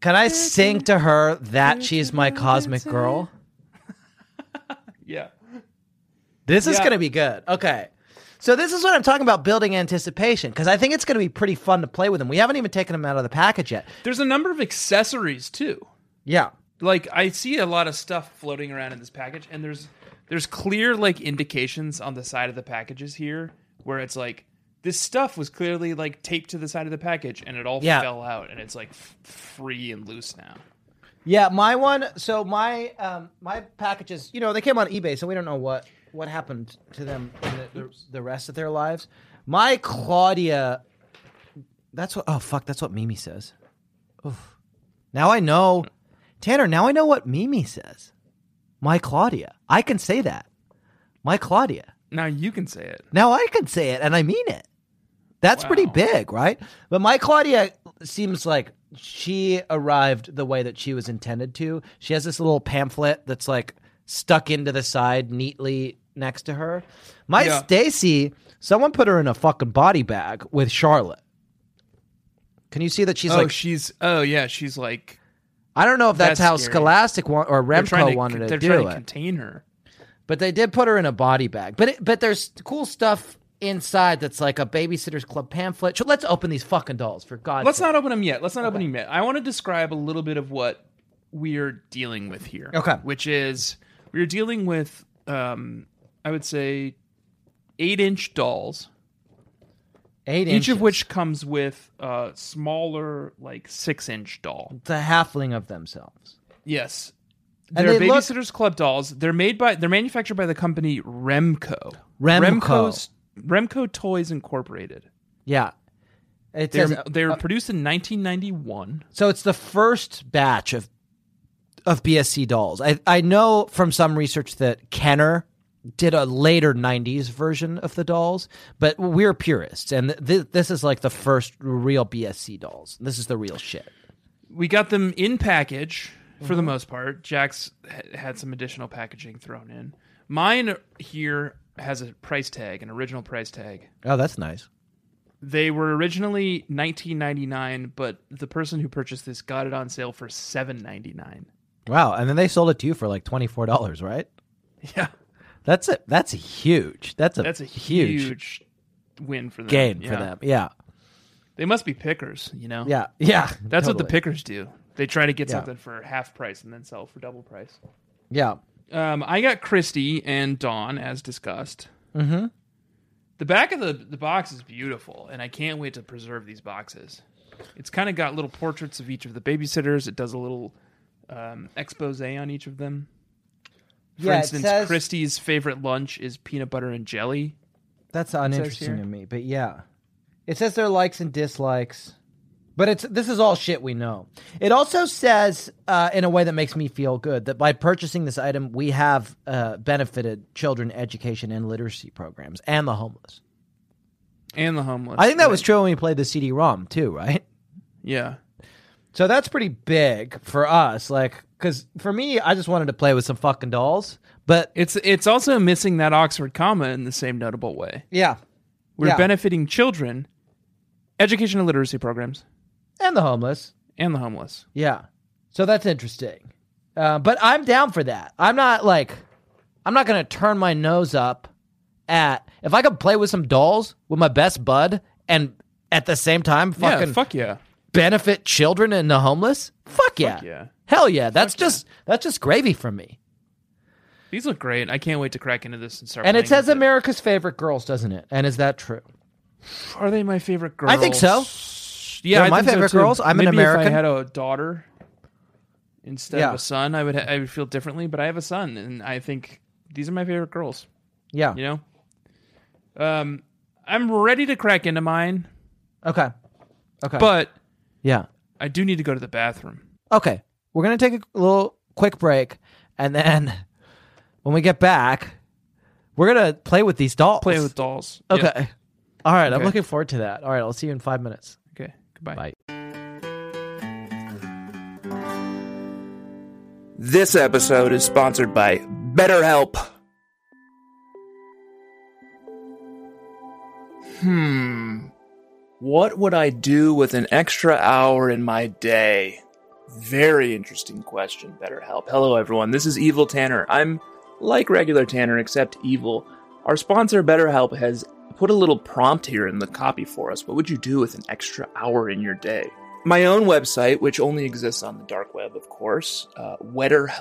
S3: can I sing to her that she's my cosmic girl?
S4: Yeah.
S3: This is
S4: Yeah.
S3: gonna be good. Okay, So this is what I'm talking about building anticipation because I think it's going to be pretty fun to play with them. We haven't even taken them out of the package yet.
S4: There's a number of accessories too.
S3: Yeah.
S4: Like I see a lot of stuff floating around in this package, and there's there's clear like indications on the side of the packages here where it's like this stuff was clearly like taped to the side of the package, and it all
S3: Yeah.
S4: fell out, and it's like f- free and loose now.
S3: Yeah, my one so my um my packages, you know, they came on eBay, so we don't know what what happened to them in the, the, the rest of their lives. My Claudia That's what Oh fuck, that's what Mimi says. Oof. Now I know Tanner, now I know what Mimi says. My Claudia. I can say that. My Claudia.
S4: Now you can say it.
S3: Now I can say it, and I mean it. That's
S4: Wow.
S3: pretty big, right? But my Claudia seems like she arrived the way that she was intended to. She has this little pamphlet that's like stuck into the side neatly next to her. My
S4: Yeah.
S3: Stacy, someone put her in a fucking body bag with Charlotte. Can you see that she's
S4: oh,
S3: like?
S4: she's oh yeah, she's like
S3: I don't know if that's,
S4: that's
S3: how
S4: scary.
S3: Scholastic wa- or
S4: they're trying
S3: Remco
S4: to
S3: wanted to
S4: they're
S3: do
S4: trying
S3: it.
S4: to contain her.
S3: But they did put her in a body bag. But it, but there's cool stuff inside that's like a babysitters club pamphlet. So let's open these fucking dolls for God's
S4: Let's
S3: sake.
S4: not open them yet. Let's not open them yet. I want to describe a little bit of what we're dealing with here.
S3: Okay.
S4: Which is we're dealing with um I would say eight inch dolls.
S3: Eight
S4: Each
S3: inches.
S4: of which comes with a smaller, like six inch doll.
S3: the halfling of themselves.
S4: Yes.
S3: And
S4: They're
S3: they look-
S4: babysitters club dolls. They're made by they're manufactured by the company Remco.
S3: Remco.
S4: Remco's Remco Toys Incorporated.
S3: Yeah. It
S4: They're
S3: says, uh,
S4: they're
S3: uh,
S4: produced in 1991.
S3: so it's the first batch of of BSC dolls. I I know from some research that Kenner did a later 90s version of the dolls, but we're purists and th- th- this is like the first real BSC dolls. This is the real shit.
S4: we got them in package for
S3: Mm-hmm.
S4: the most part. Jack's ha- had some additional packaging thrown in. Mine here has a price tag, an original price tag.
S3: Oh, that's nice.
S4: They were originally 19.99, but the person who purchased this got it on sale for 7.99.
S3: Wow, and then they sold it to you for like twenty four dollars, right?
S4: Yeah,
S3: That's a that's a huge. That's a
S4: that's a huge, win for them.
S3: gain for
S4: Yeah.
S3: them. Yeah,
S4: They must be pickers, you know.
S3: yeah, yeah.
S4: That's what the
S3: totally.
S4: pickers do. They try to get
S3: Yeah.
S4: something for half price and then sell for double price.
S3: Yeah,
S4: Um, I got Christy and Dawn as discussed. Mm-hmm. The back of the, the box is beautiful, and I can't wait to preserve these boxes. It's kind of got little portraits of each of the babysitters. It does a little um, expose on each of them. For
S3: Yeah, it
S4: instance,
S3: says-
S4: Christy's favorite lunch is peanut butter and jelly.
S3: that's uninteresting to me, but yeah, it says their likes and dislikes, but it's this is all shit we know. It also says uh, in a way that makes me feel good that by purchasing this item, we have uh, benefited children, education, and literacy programs, and the homeless.
S4: And the homeless.
S3: I think that was true when we played the CD-ROM too, right?
S4: Yeah.
S3: So that's pretty big for us, like, because for me, I just wanted to play with some fucking dolls. But
S4: It's it's also missing that Oxford comma in the same notable way.
S3: yeah,
S4: We're
S3: Yeah.
S4: benefiting children, education and literacy programs,
S3: and the homeless,
S4: and the homeless.
S3: yeah. So that's interesting. Uh, but I'm down for that. I'm not like, I'm not gonna turn my nose up at if I could play with some dolls with my best bud and at the same time fucking
S4: yeah, fuck yeah.
S3: benefit children and the homeless. Fuck yeah,
S4: yeah.
S3: hell yeah. That's just that's just gravy for me.
S4: These look great. I can't wait to crack into this and start.
S3: And it
S4: playing
S3: says
S4: with
S3: America's favorite girls, doesn't it? And is that true?
S4: Are they my favorite girls?
S3: I think so.
S4: Yeah,
S3: They're
S4: I
S3: my
S4: think so,
S3: favorite
S4: too.
S3: girls. I'm an
S4: Maybe If
S3: American.
S4: I had a daughter instead
S3: Yeah.
S4: of a son, I would ha- I would feel differently. But I have a son, and I think these are my favorite girls.
S3: Yeah.
S4: You know, um, I'm ready to crack into mine,
S3: Okay. Okay.
S4: but
S3: yeah.
S4: I do need to go to the bathroom.
S3: Okay. We're going to take a little quick break and then when we get back, we're going to play with these dolls.
S4: Play with dolls. Yeah.
S3: Okay. All right, I'm
S4: Okay.
S3: looking forward to that. All right, I'll see you in 5 minutes.
S4: Okay. Goodbye.
S3: Bye.
S5: This episode is sponsored by BetterHelp. Hmm. What would I do with an extra hour in my day? Very interesting question, BetterHelp. Hello, everyone. This is Evil Tanner. I'm like regular Tanner, except evil. Our sponsor, BetterHelp, has
S4: put a little prompt here in the copy for us. What would you do with an extra hour in your day? My own website, which only exists on the dark web, of course, uh,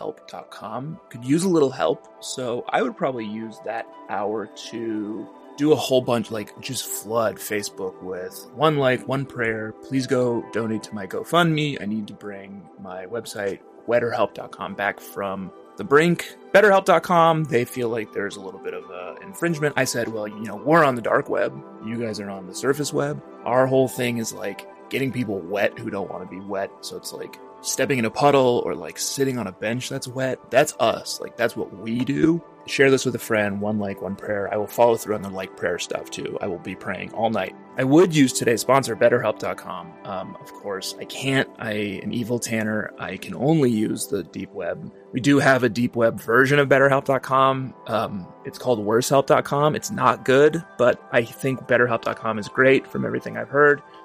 S4: wetterhelp.com, could use a little help. So I would probably use that hour to do a whole bunch, like just flood Facebook with one like, one prayer. Please go donate to my GoFundMe. I need to bring my website, wetterhelp.com, back from the brink. BetterHelp.com, they feel like there's a little bit of uh, infringement. I said, well, you know, we're on the dark web. You guys are on the surface web. Our whole thing is like getting people wet who don't want to be wet. So it's like stepping in a puddle or like sitting on a bench that's wet. That's us. Like, that's what we do. Share this with a friend, one like, one prayer. I will follow through on the like prayer stuff too. I will be praying all night. I would use today's sponsor, BetterHelp.com. Um, of course, I can't. I am evil Tanner. I can only use the deep web. We do have a deep web version of BetterHelp.com. Um, it's called WorseHelp.com. It's not good, but I think BetterHelp.com is great from everything I've heard.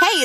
S6: Hey,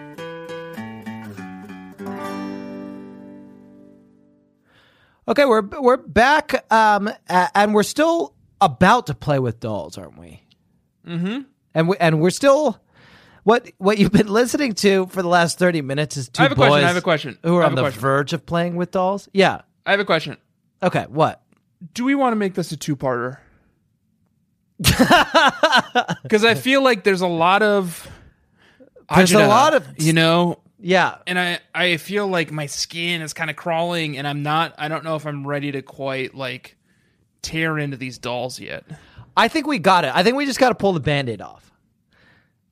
S3: Okay, we're we're back, um, a- and we're still about to play with dolls, aren't we? Mm-hmm. And we and we're still what what you've been listening to for the last thirty minutes is two
S7: I have a
S3: boys.
S7: question, I have a question,
S3: Who are
S7: I
S3: on
S7: have a
S3: the
S7: question.
S3: verge of playing with dolls? Yeah.
S7: I have a question.
S3: Okay. What?
S7: Do we want to make this a two-parter? Because I feel like there's a lot of
S3: There's a
S7: agita,
S3: lot of-
S7: you know,
S3: Yeah.
S7: and I I feel like my skin is kind of crawling, and I'm not. I don't know if I'm ready to quite like tear into these dolls yet.
S3: I think we got it. I think we just got to pull the band-aid off.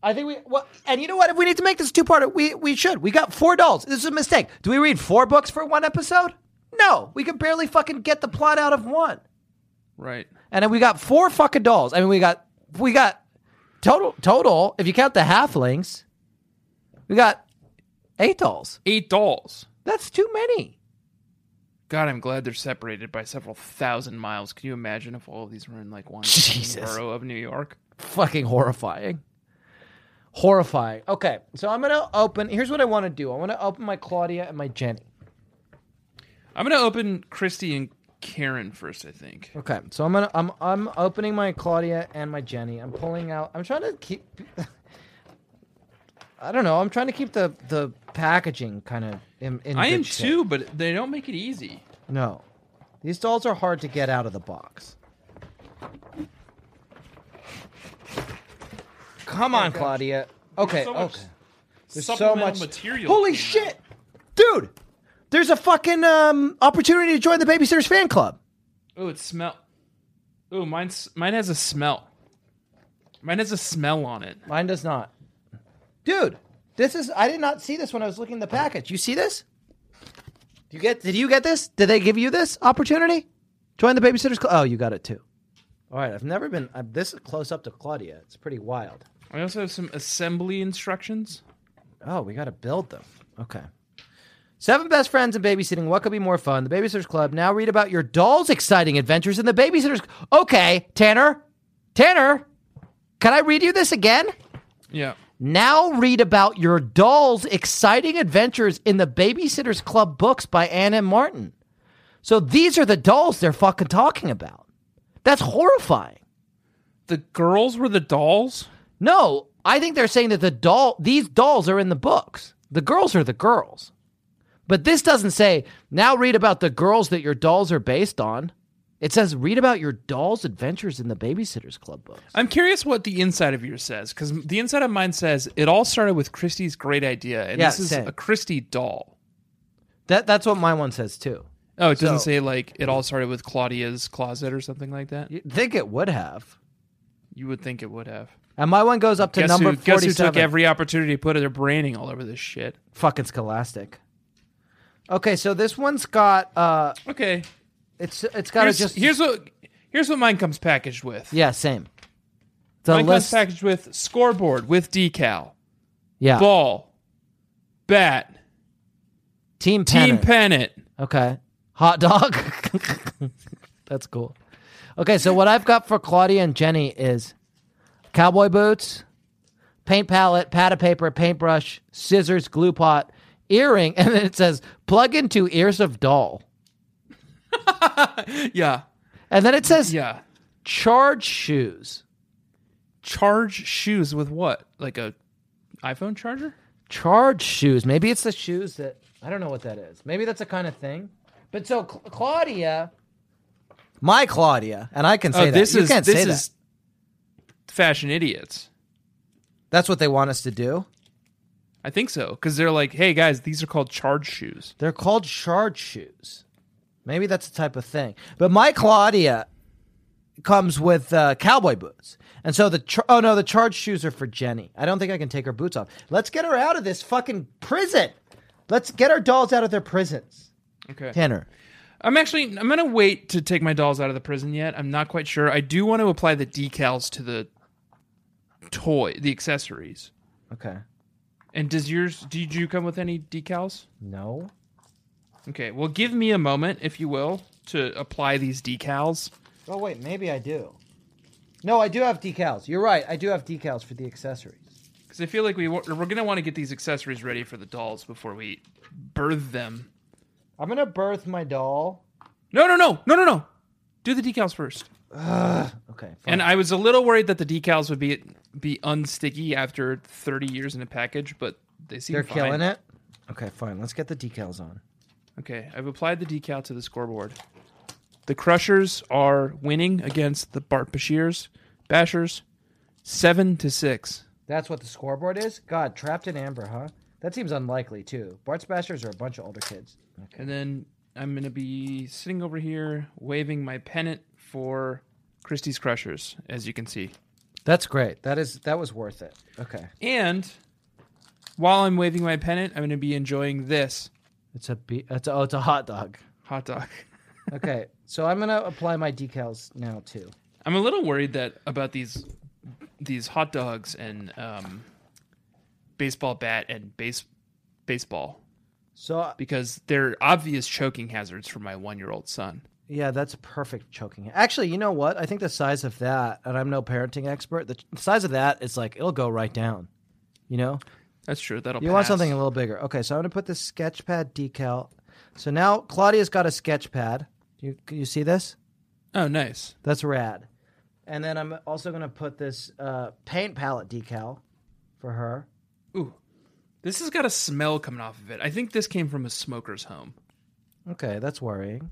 S3: I think we well, and you know what? If we need to make this two-parter, we we should. We got four dolls. This is a mistake. Do we read four books for one episode? No, we could barely fucking get the plot out of one.
S7: Right.
S3: And then we got four fucking dolls. I mean, we got we got total total. If you count the halflings, we got eight dolls.
S7: Eight dolls.
S3: That's too many.
S7: God, I'm glad they're separated by several thousand miles. Can you imagine if all of these were in like one
S3: Jesus.
S7: borough of New York?
S3: fucking horrifying. Horrifying. Okay, so I'm gonna open. Here's what I want to do. I want to open my Claudia and my Jenny.
S7: I'm gonna open Christy and Karen first. I think.
S3: Okay, so I'm gonna I'm I'm opening my Claudia and my Jenny. I'm pulling out. I'm trying to keep. I don't know. I'm trying to keep the the packaging kind of in. in
S7: I
S3: good
S7: am
S3: shape.
S7: too, but they don't make it easy.
S3: No, these dolls are hard to get out of the box. Come on, Claudia. Okay,
S7: so much
S3: okay.
S7: Supplemental material.
S3: Holy
S7: came
S3: shit,
S7: out.
S3: dude! There's a fucking um, opportunity to join the Babysitters fan club.
S7: Oh, it smell. Oh, mine's mine has a smell. Mine has a smell on it.
S3: Mine does not, dude. This is I did not see this when I was looking at the package. You see this? Do you get? Did you get this? Did they give you this opportunity? Join the Babysitters club. Oh, you got it too. All right, I've never been I'm this close up to Claudia. It's pretty wild.
S7: I also have some assembly instructions.
S3: Oh, we got to build them. Okay. Seven best friends and babysitting. What could be more fun? The Babysitters Club. Now read about your doll's exciting adventures in the Babysitters. Okay, Tanner. Tanner, can I read you this again?
S7: Yeah.
S3: Now read about your doll's exciting adventures in the Babysitters Club books by Anna Martin. So these are the dolls they're fucking talking about. That's horrifying.
S7: The girls were the dolls.
S3: No, I think they're saying that the doll these dolls are in the books. The girls are the girls. But this doesn't say now read about the girls that your dolls are based on. It says read about your dolls' adventures in the Babysitters Club books.
S7: I'm curious what the inside of yours says because the inside of mine says it all started with Christie's great idea, and
S3: Yeah,
S7: this is
S3: same.
S7: a Christie doll.
S3: That that's what my one says too.
S7: Oh, it doesn't
S3: So-
S7: say like it all started with Claudia's closet or something like that.
S3: You'd think it would have.
S7: You would think it would have.
S3: And my one goes up to
S7: guess
S3: number
S7: who, guess who
S3: 47.
S7: took every opportunity to put their branding all over this shit?
S3: Fucking Scholastic. Okay, so this one's got uh
S7: Okay,
S3: it's it's got to
S7: here's,
S3: just
S7: here's what here's what mine comes packaged with.
S3: Yeah, same. The
S7: mine
S3: list
S7: comes packaged with scoreboard with decal,
S3: Yeah.
S7: ball, bat,
S3: team
S7: team
S3: pennant.
S7: pennant.
S3: Okay. Hot dog. That's cool. Okay, so what I've got for Claudia and Jenny is cowboy boots, paint palette, pad of paper, paintbrush, scissors, glue pot, earring, and then it says plug into ears of doll.
S7: Yeah,
S3: And then it says
S7: yeah.
S3: charge shoes.
S7: Charge shoes with what? Like a iPhone charger?
S3: Charge shoes. Maybe it's the shoes that I don't know what that is. Maybe that's a kind of thing. But so Cl- Claudia, my Claudia, and I can say
S7: oh, this
S3: that. You
S7: is
S3: can't
S7: this
S3: say
S7: is
S3: that.
S7: fashion idiots.
S3: That's what they want us to do.
S7: I think so because they're like, hey guys, these are called charge shoes.
S3: They're called charge shoes. Maybe that's the type of thing. But my Claudia comes with uh, cowboy boots. And so the char- oh no, the charge shoes are for Jenny. I don't think I can take her boots off. Let's get her out of this fucking prison. Let's get our dolls out of their prisons.
S7: Okay.
S3: Tanner.
S7: I'm actually I'm gonna wait to take my dolls out of the prison yet. I'm not quite sure. I do want to apply the decals to the toy, the accessories.
S3: Okay.
S7: And does yours? Did you come with any decals?
S3: No.
S7: Okay. Well, give me a moment, if you will, to apply these decals.
S3: Oh wait, maybe I do. No, I do have decals. You're right. I do have decals for the accessories.
S7: Because I feel like we wa- we're gonna want to get these accessories ready for the dolls before we birth them.
S3: I'm gonna birth my doll.
S7: No, no, no, no, no, no. Do the decals first.
S3: Oh. Okay. Fine.
S7: And I was a little worried that the decals would be be unsticky after 30 years in a package, but they seem
S3: They're
S7: fine.
S3: killing it. Okay, fine. Let's get the decals on.
S7: Okay, I've applied the decal to the scoreboard. The Crushers are winning against the Bart Bashirs, Bashers, seven to six.
S3: That's what the scoreboard is? God, trapped in amber, huh? That seems unlikely, too. Bart's Bashers are a bunch of older kids.
S7: And then I'm gonna be sitting over here waving my pennant for Christie's Crushers, as you can see.
S3: That's great. That is that was worth it. Okay.
S7: And while I'm waving my pennant, I'm gonna be enjoying this
S3: It's a be- it's a, oh, it's a hot dog.
S7: hot dog.
S3: Okay. so I'm going to apply my decals now, too.
S7: I'm a little worried that about these these hot dogs and um, baseball bat and base baseball
S3: So uh,
S7: because they're obvious choking hazards for my one year old son.
S3: yeah, that's perfect choking. Actually, you know what? I think the size of that, and I'm no parenting expert, the the size of that is like it'll go right down. You know?
S7: That's true. That'll
S3: You want
S7: pass.
S3: something a little bigger. Okay, so I'm going to put this sketch pad decal. So now Claudia's got a sketch pad. You you see this?
S7: Oh, nice.
S3: That's rad. And then I'm also going to put this uh, paint palette decal for her.
S7: Ooh, this has got a smell coming off of it. I think this came from a smoker's home.
S3: Okay, that's worrying.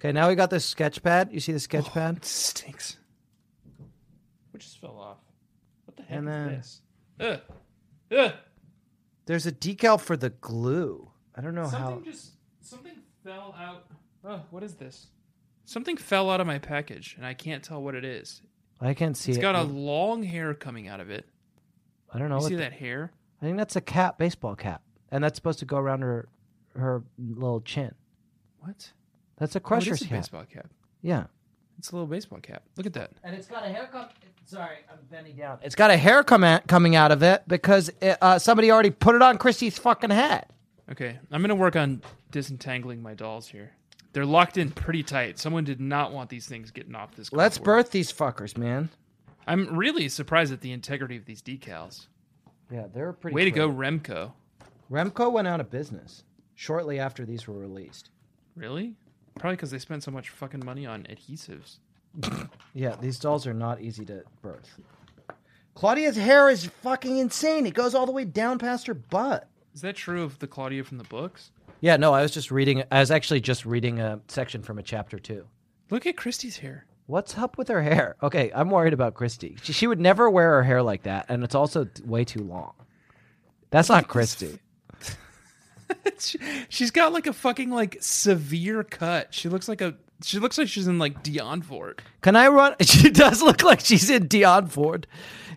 S3: Okay, now we got this sketch pad. You see the sketch pad?
S7: Oh, It stinks. What just fell off? What the heck
S3: And then-
S7: is this? Ugh. Ugh.
S3: There's a decal for the glue. I don't know how.
S7: Something just something fell out. Oh, what is this? Something fell out of my package, and I can't tell what it is.
S3: I can't see
S7: It's
S3: it.
S7: got a long hair coming out of it.
S3: I don't know.
S7: You
S3: What
S7: see
S3: the-
S7: that hair?
S3: I think that's a cap, baseball cap, and that's supposed to go around her her little chin.
S7: What?
S3: That's a
S7: Oh, it is
S3: crusher's
S7: a
S3: cap.
S7: baseball cap.
S3: Yeah.
S7: It's a little baseball cap. Look at that.
S3: And it's got a hair. Com- Sorry, I'm bending down. It's got a hair come out, coming out of it because it, uh, somebody already put it on Christie's fucking head.
S7: Okay, I'm gonna work on disentangling my dolls here. They're locked in pretty tight. Someone did not want these things getting off this.
S3: Let's
S7: cardboard.
S3: birth these fuckers, man.
S7: I'm really surprised at the integrity of these decals.
S3: Yeah, they're pretty.
S7: Way to go,
S3: great.
S7: Remco.
S3: Remco went out of business shortly after these were released.
S7: Really? Probably because they spent so much fucking money on adhesives.
S3: Yeah, these dolls are not easy to birth. Claudia's hair is fucking insane. It goes all the way down past her butt.
S7: Is that true of the Claudia from the books?
S3: Yeah, no, I was just reading. I was actually just reading a section from a chapter too.
S7: Look at Christie's hair.
S3: What's up with her hair? Okay, I'm worried about Christy. She, she would never wear her hair like that, and it's also t- way too long. That's not Christy.
S7: She, she's got like a fucking like severe cut. She looks like a. She looks like she's in like Dion Fort.
S3: Can I run? She does look like she's in Dion Ford.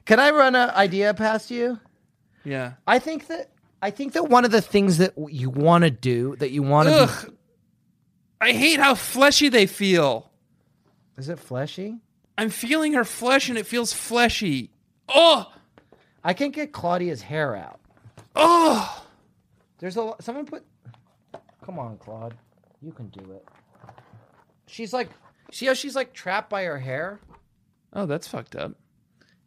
S3: Can I run an idea past you?
S7: Yeah.
S3: I think that I think that one of the things that w- you want to do that you want to
S7: Ugh. I hate how fleshy they feel.
S3: be, is it fleshy?
S7: I'm feeling her flesh and it feels fleshy. Oh,
S3: I can get Claudia's hair out.
S7: oh.
S3: There's a lo- someone put. Come on, Claude, you can do it. She's like, see how she's like trapped by her hair.
S7: Oh, that's fucked up.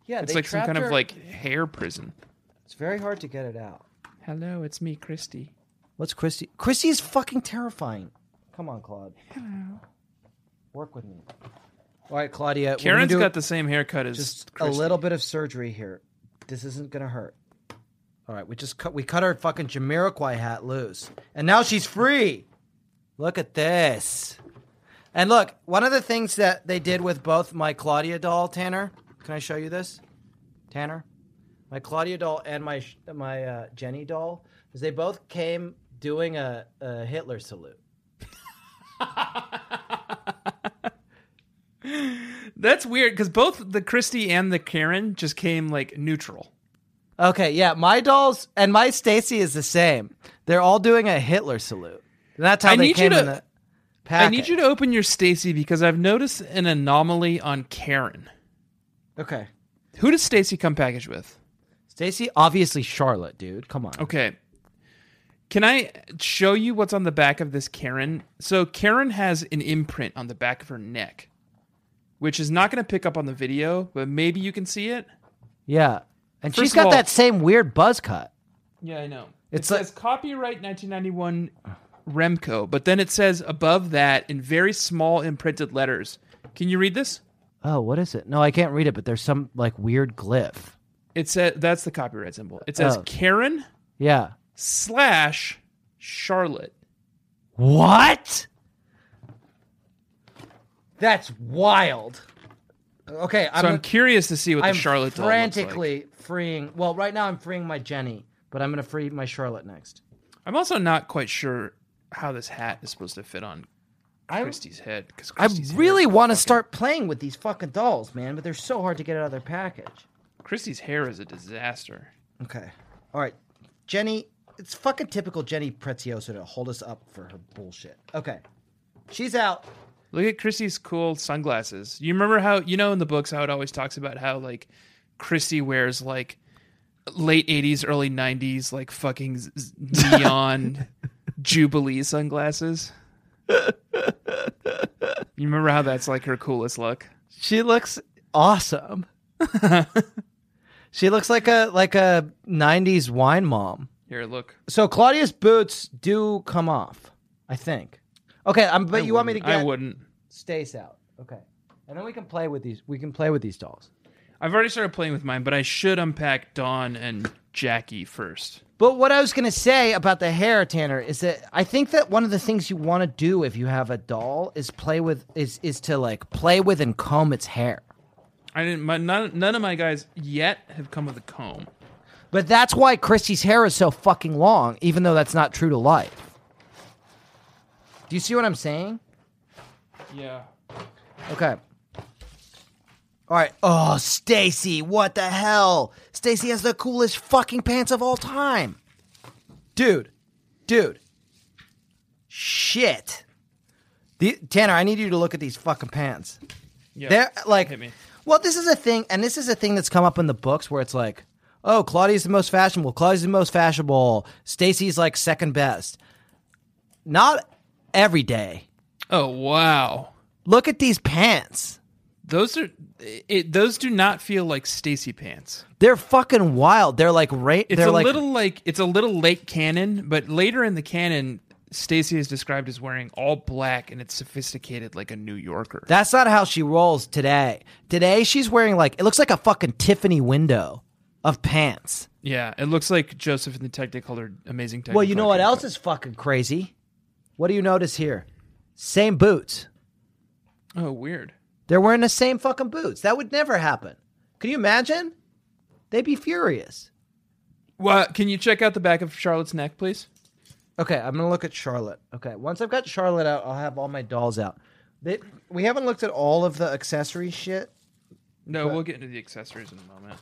S3: Yeah,
S7: It's
S3: they
S7: like some
S3: trapped
S7: kind
S3: her-
S7: of like hair prison.
S3: It's very hard to get it out.
S7: Hello, it's me, Christy.
S3: What's Christy? Christy is fucking terrifying. Come on, Claude. Work with me. All right, Claudia. we're gonna
S7: Karen's
S3: do
S7: got the same haircut as
S3: just a
S7: Christy.
S3: little bit of surgery here. This isn't gonna hurt. All right, we just cut. We cut her fucking Jamiroquai hat loose, and now she's free. Look at this. And look, one of the things that they did with both my Claudia doll, Tanner. Can I show you this, Tanner? My Claudia doll and my sh- my uh, Jenny doll, is they both came doing a, a Hitler salute.
S7: That's weird because both the Christy and the Karen just came like neutral.
S3: Okay, yeah, my dolls and my Stacy is the same. They're all doing a Hitler salute. And that's how
S7: I
S3: they
S7: need you
S3: came in
S7: to-
S3: the packet.
S7: I need you to open your Stacy because I've noticed an anomaly on Karen.
S3: Okay.
S7: Who does Stacy come packaged with?
S3: Stacy, obviously Charlotte, dude. Come on.
S7: Okay. Can I show you what's on the back of this Karen? So Karen has an imprint on the back of her neck, which is not going to pick up on the video, but maybe you can see it.
S3: Yeah. And she she's
S7: First of
S3: got
S7: all-
S3: that same weird buzz cut.
S7: Yeah, I know.
S3: It's
S7: It's it
S3: like-
S7: says copyright 1991 Remco, but then it says above that in very small imprinted letters. Can you read this?
S3: Oh, what is it? No, I can't read it, but there's some like weird glyph.
S7: It says that's the copyright symbol. It says
S3: Oh.
S7: Karen
S3: Yeah.
S7: slash Charlotte.
S3: What? That's wild. Okay,
S7: So I'm, curious to see what the
S3: I'm
S7: Charlotte doll looks like.
S3: frantically freeing. Well, right now I'm freeing my Jenny, but I'm going to free my Charlotte next.
S7: I'm also not quite sure how this hat is supposed to fit on Christie's head because
S3: I really want to start playing with these fucking dolls, man, but they're so hard to get out of their package.
S7: Christie's hair is a disaster.
S3: Okay. All right. Jenny, it's fucking typical Jenny Prezioso to hold us up for her bullshit. Okay. She's out.
S7: Look at Christie's cool sunglasses. You remember how you know in the books how it always talks about how like Christie wears like late '80s, early '90s, like fucking z- z- neon jubilee sunglasses. you remember how that's like her coolest look?
S3: She looks awesome. she looks like a like a 90s wine mom.
S7: Here, look.
S3: So Claudia's boots do come off, I think. Okay, I'm, but
S7: I
S3: you want me to
S7: wouldn't-
S3: get
S7: I wouldn't.
S3: Stace out. Okay. And then we can play with these we can play with these dolls.
S7: I've already started playing with mine, but I should unpack Dawn and Jackie first.
S3: But what I was going to say about the hair, Tanner, is that I think that one of the things you want to do if you have a doll is play with is is to like play with and comb its hair.
S7: I didn't. My, none, none of my guys yet have come with a comb.
S3: But that's why Christie's hair is so fucking long, even though that's not true to life. Do you see what I'm saying?
S7: Yeah.
S3: Okay. All right. Oh, Stacy, what the hell? Stacy has the coolest fucking pants of all time. Dude. Dude. Shit. The, Tanner, I need you to look at these fucking pants.
S7: Yeah.
S3: They're like
S7: Hit me.
S3: Well, this is a thing and this is a thing that's come up in the books where it's like, "Oh, Claudia's the most fashionable. Claudia's the most fashionable. Stacy's like second best." Not every day.
S7: Oh wow.
S3: Look at these pants.
S7: Those are it, those do not feel like Stacy pants.
S3: They're fucking wild. They're like right.
S7: It's
S3: they're
S7: a
S3: like
S7: little like it's a little late canon, but later in the canon, Stacy is described as wearing all black and it's sophisticated like a New Yorker.
S3: That's not how she rolls today. Today she's wearing like it looks like a fucking Tiffany window of pants.
S7: yeah, it looks like Joseph in the Technicolor amazing Technicolor.
S3: Well, you know what
S7: Dreamcoat.
S3: else is fucking crazy? What do you notice here? Same boots.
S7: Oh, weird.
S3: They're wearing the same fucking boots. That would never happen. Can you imagine? They'd be furious.
S7: Well, can you check out the back of Charlotte's neck, please?
S3: Okay, I'm gonna look at Charlotte. Okay, once I've got Charlotte out, I'll have all my dolls out. They, we haven't looked at all of the accessory shit.
S7: No, we'll get into the accessories in a moment.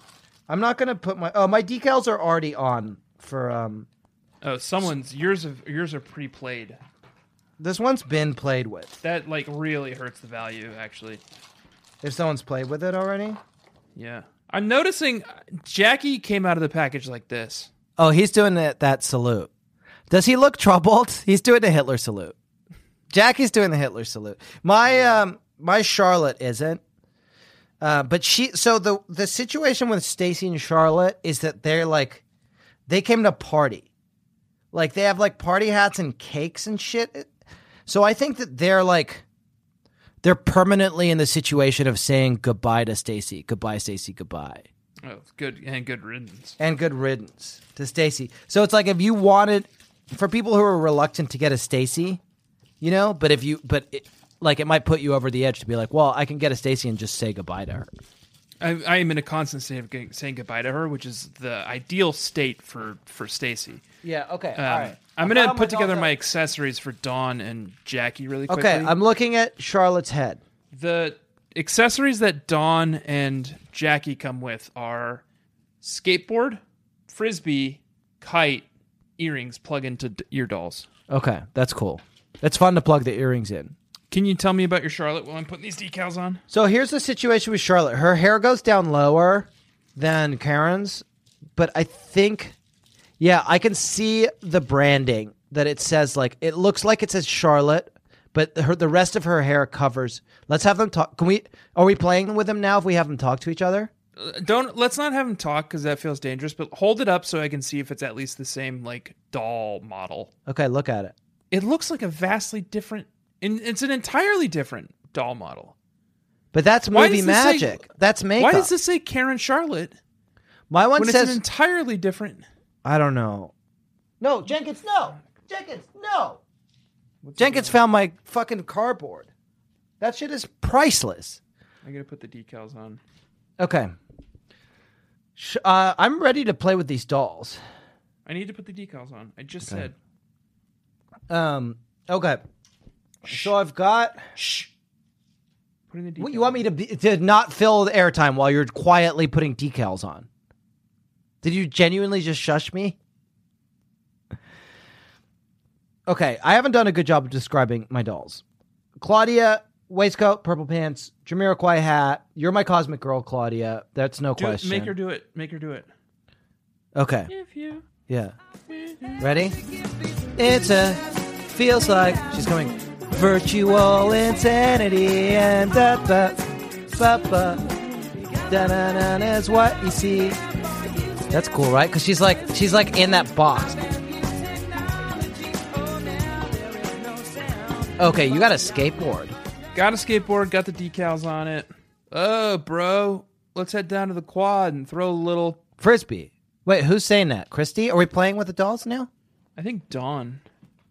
S3: I'm not gonna put my oh my decals are already on for um
S7: Oh, someone's yours of yours are pre-played.
S3: this one's been played with.
S7: That like really hurts the value, actually.
S3: If someone's played with it already.
S7: Yeah, I'm noticing uh, Jackie came out of the package like this.
S3: Oh, he's doing that, that salute. Does he look troubled? He's doing the Hitler salute. Jackie's doing the Hitler salute. My um my Charlotte isn't. Uh, but she so the the situation with Stacy and Charlotte is that they're like they came to party. Like they have like party hats and cakes and shit. So I think that they're like they're permanently in the situation of saying goodbye to Stacy, goodbye Stacy, goodbye
S7: Oh, good and good riddance.
S3: and good riddance to Stacy. So it's like if you wanted for people who are reluctant to get a Stacy, you know, but if you but it, like it might put you over the edge to be like, well, I can get a Stacy and just say goodbye to her.
S7: I, I am in a constant state of getting, saying goodbye to her, which is the ideal state for for Stacy.
S3: Yeah. Okay.
S7: Um, I'm gonna put together my accessories for Dawn and Jackie really quickly.
S3: Okay, I'm looking at Charlotte's head.
S7: the accessories that Dawn and Jackie come with are skateboard, frisbee, kite, earrings plug into d- ear dolls.
S3: Okay, that's cool. It's fun to plug the earrings in.
S7: Can you tell me about your Charlotte while I'm putting these decals on?
S3: So here's the situation with Charlotte. Her hair goes down lower than Karen's, but I think, yeah, I can see the branding that it says like it looks like it says Charlotte, but her the rest of her hair covers. Let's have them talk. Can we? Are we playing with them now? If we have them talk to each other,
S7: Uh, Don't let's not have them talk because that feels dangerous. But hold it up so I can see if it's at least the same like doll model.
S3: okay. Look at it.
S7: It looks like a vastly different. and It's an entirely different doll model.
S3: But that's
S7: Why
S3: movie
S7: does this say-
S3: magic. that's makeup.
S7: Why does this say Karen Charlotte
S3: My one
S7: when it's an
S3: says
S7: entirely different?
S3: I don't know. No, Jenkins, no. Jenkins, no. Jenkins found my fucking cardboard. That shit is priceless.
S7: I'm gonna put the decals on.
S3: Okay. Sh- uh, I'm ready to play with these dolls.
S7: I need to put the decals on. I just said.
S3: Um, okay. So I've got.
S7: Put in the decals.
S3: What, you want me to be, to not fill the airtime while you're quietly putting decals on? Did you genuinely just shush me? Okay, I haven't done a good job of describing my dolls. Claudia, waistcoat, purple pants, Jamiroquai hat. You're my cosmic girl, Claudia. That's no
S7: do it,
S3: question.
S7: make her do it. Make her do it.
S3: Okay. Yeah. Ready? It's a feels like she's coming. Virtual insanity and da da ba ba da na na na is what you see. That's cool, right? Because she's like she's like in that box. Okay, you got a skateboard.
S7: Got a skateboard. Got the decals on it. Oh, bro. Let's head down to the quad and throw a little.
S3: Frisbee. Wait, who's saying that? Christy? Are we playing with the dolls now?
S7: I think Dawn.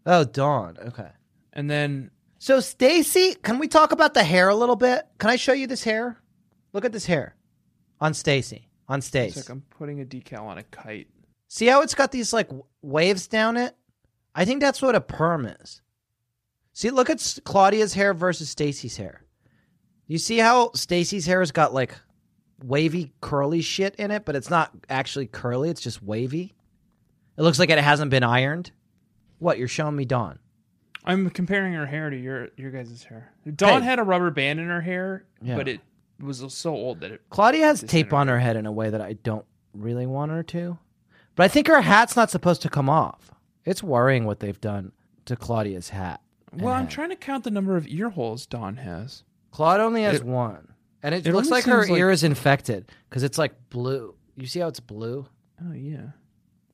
S3: Oh, Dawn. Okay.
S7: And then
S3: So Stacy, can we talk about the hair a little bit? Can I show you this hair? Look at this hair on Stacy. On
S7: it's
S3: Stacy.
S7: like I'm putting a decal on a kite.
S3: See how it's got these like w- waves down it? I think that's what a perm is. See, look at S- Claudia's hair versus Stacy's hair. You see how Stacy's hair has got like wavy curly shit in it, but it's not actually curly, it's just wavy. It looks like it hasn't been ironed. What, you're showing me Dawn?
S7: I'm comparing her hair to your your guys' hair. Dawn
S3: Hey.
S7: had a rubber band in her hair,
S3: Yeah.
S7: but it was so old that it.
S3: Claudia has
S7: Disintegrate.
S3: tape on her head in a way that I don't really want her to. But I think her hat's not supposed to come off. It's worrying what they've done to Claudia's hat. and
S7: Well, I'm
S3: head.
S7: trying to count the number of ear holes Dawn has.
S3: Claude only has
S7: It-
S3: one. And it,
S7: It
S3: looks like
S7: almost
S3: her
S7: seems like-
S3: ear is infected because it's like blue. You see how it's blue?
S7: Oh yeah.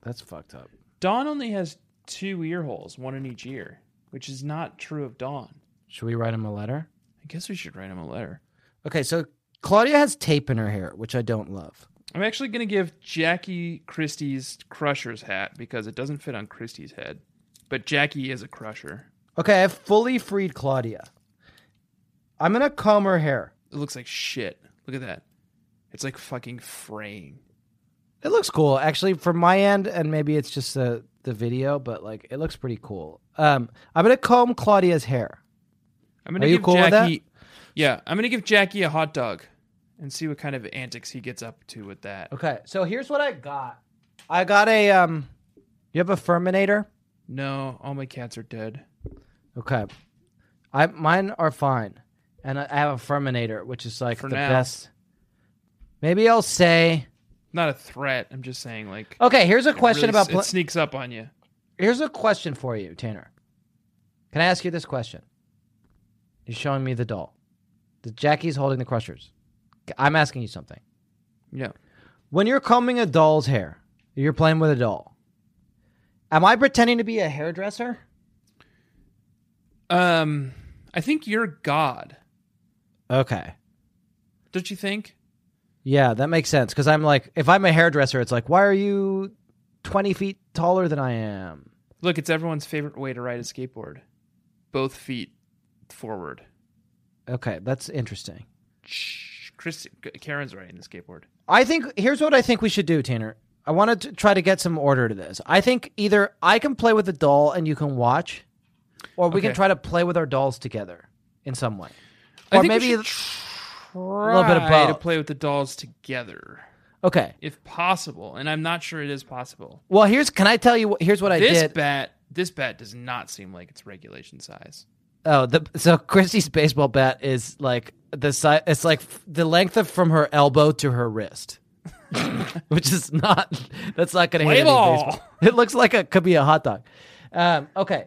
S3: That's fucked up.
S7: Dawn only has two ear holes, one in each ear, which is not true of Dawn.
S3: Should we write him a letter?
S7: I guess we should write him a letter.
S3: Okay, so Claudia has tape in her hair, which I don't love.
S7: I'm actually going to give Jackie Christie's crusher's hat because it doesn't fit on Christie's head. But Jackie is a crusher.
S3: Okay, I've fully freed Claudia. I'm gonna comb her hair.
S7: It looks like shit. Look at that. It's like fucking fraying.
S3: It looks cool, actually, from my end, and maybe it's just the the video, but like it looks pretty cool. Um, I'm gonna comb Claudia's hair.
S7: I'm going to
S3: Are you
S7: give
S3: cool with that?
S7: Jackie Yeah, I'm going to give Jackie a hot dog and see what kind of antics he gets up to with that.
S3: Okay, so here's what I got. I got a um. You have a Furminator?
S7: No, all my cats are dead.
S3: Okay, I mine are fine, and I I have a Furminator, which is like
S7: For
S3: the
S7: now.
S3: best. Maybe I'll say.
S7: Not a threat. I'm just saying like
S3: Okay, here's Oh, a question
S7: really-
S3: about.
S7: it
S3: pla-
S7: sneaks up on you.
S3: Here's a question for you, Tanner. Can I ask you this question? You're showing me the doll. The Jackie's holding the crushers. I'm asking you something.
S7: Yeah.
S3: When you're combing a doll's hair, you're playing with a doll. Am I pretending to be a hairdresser?
S7: Um, I think you're God.
S3: Okay.
S7: Don't you think?
S3: Yeah, that makes sense. Because I'm like, if I'm a hairdresser, it's like, why are you 20 feet taller than I am?
S7: Look, it's everyone's favorite way to ride a skateboard. Both feet forward.
S3: Okay, that's interesting.
S7: Shh. Chris, Karen's riding the skateboard.
S3: I think here's what I think we should do, Tanner. I want to try to get some order to this. I think either I can play with the doll and you can watch, or we can
S7: Okay.
S3: try to play with our dolls together in some way.
S7: I
S3: Or
S7: think we
S3: maybe-
S7: should try
S3: a little bit of
S7: to
S3: both.
S7: play with the dolls together,
S3: Okay.
S7: if possible. And I'm not sure it is possible.
S3: Well, here's can I tell you? wh- Here's what I
S7: this
S3: did.
S7: bat, this bat does not seem like it's regulation size.
S3: oh, the, so Christy's baseball bat is like the size. It's like f- the length of from her elbow to her wrist, which is not. That's not going to hit any
S7: Play
S3: baseball.
S7: ball.
S3: It looks like it could be a hot dog. Um, okay.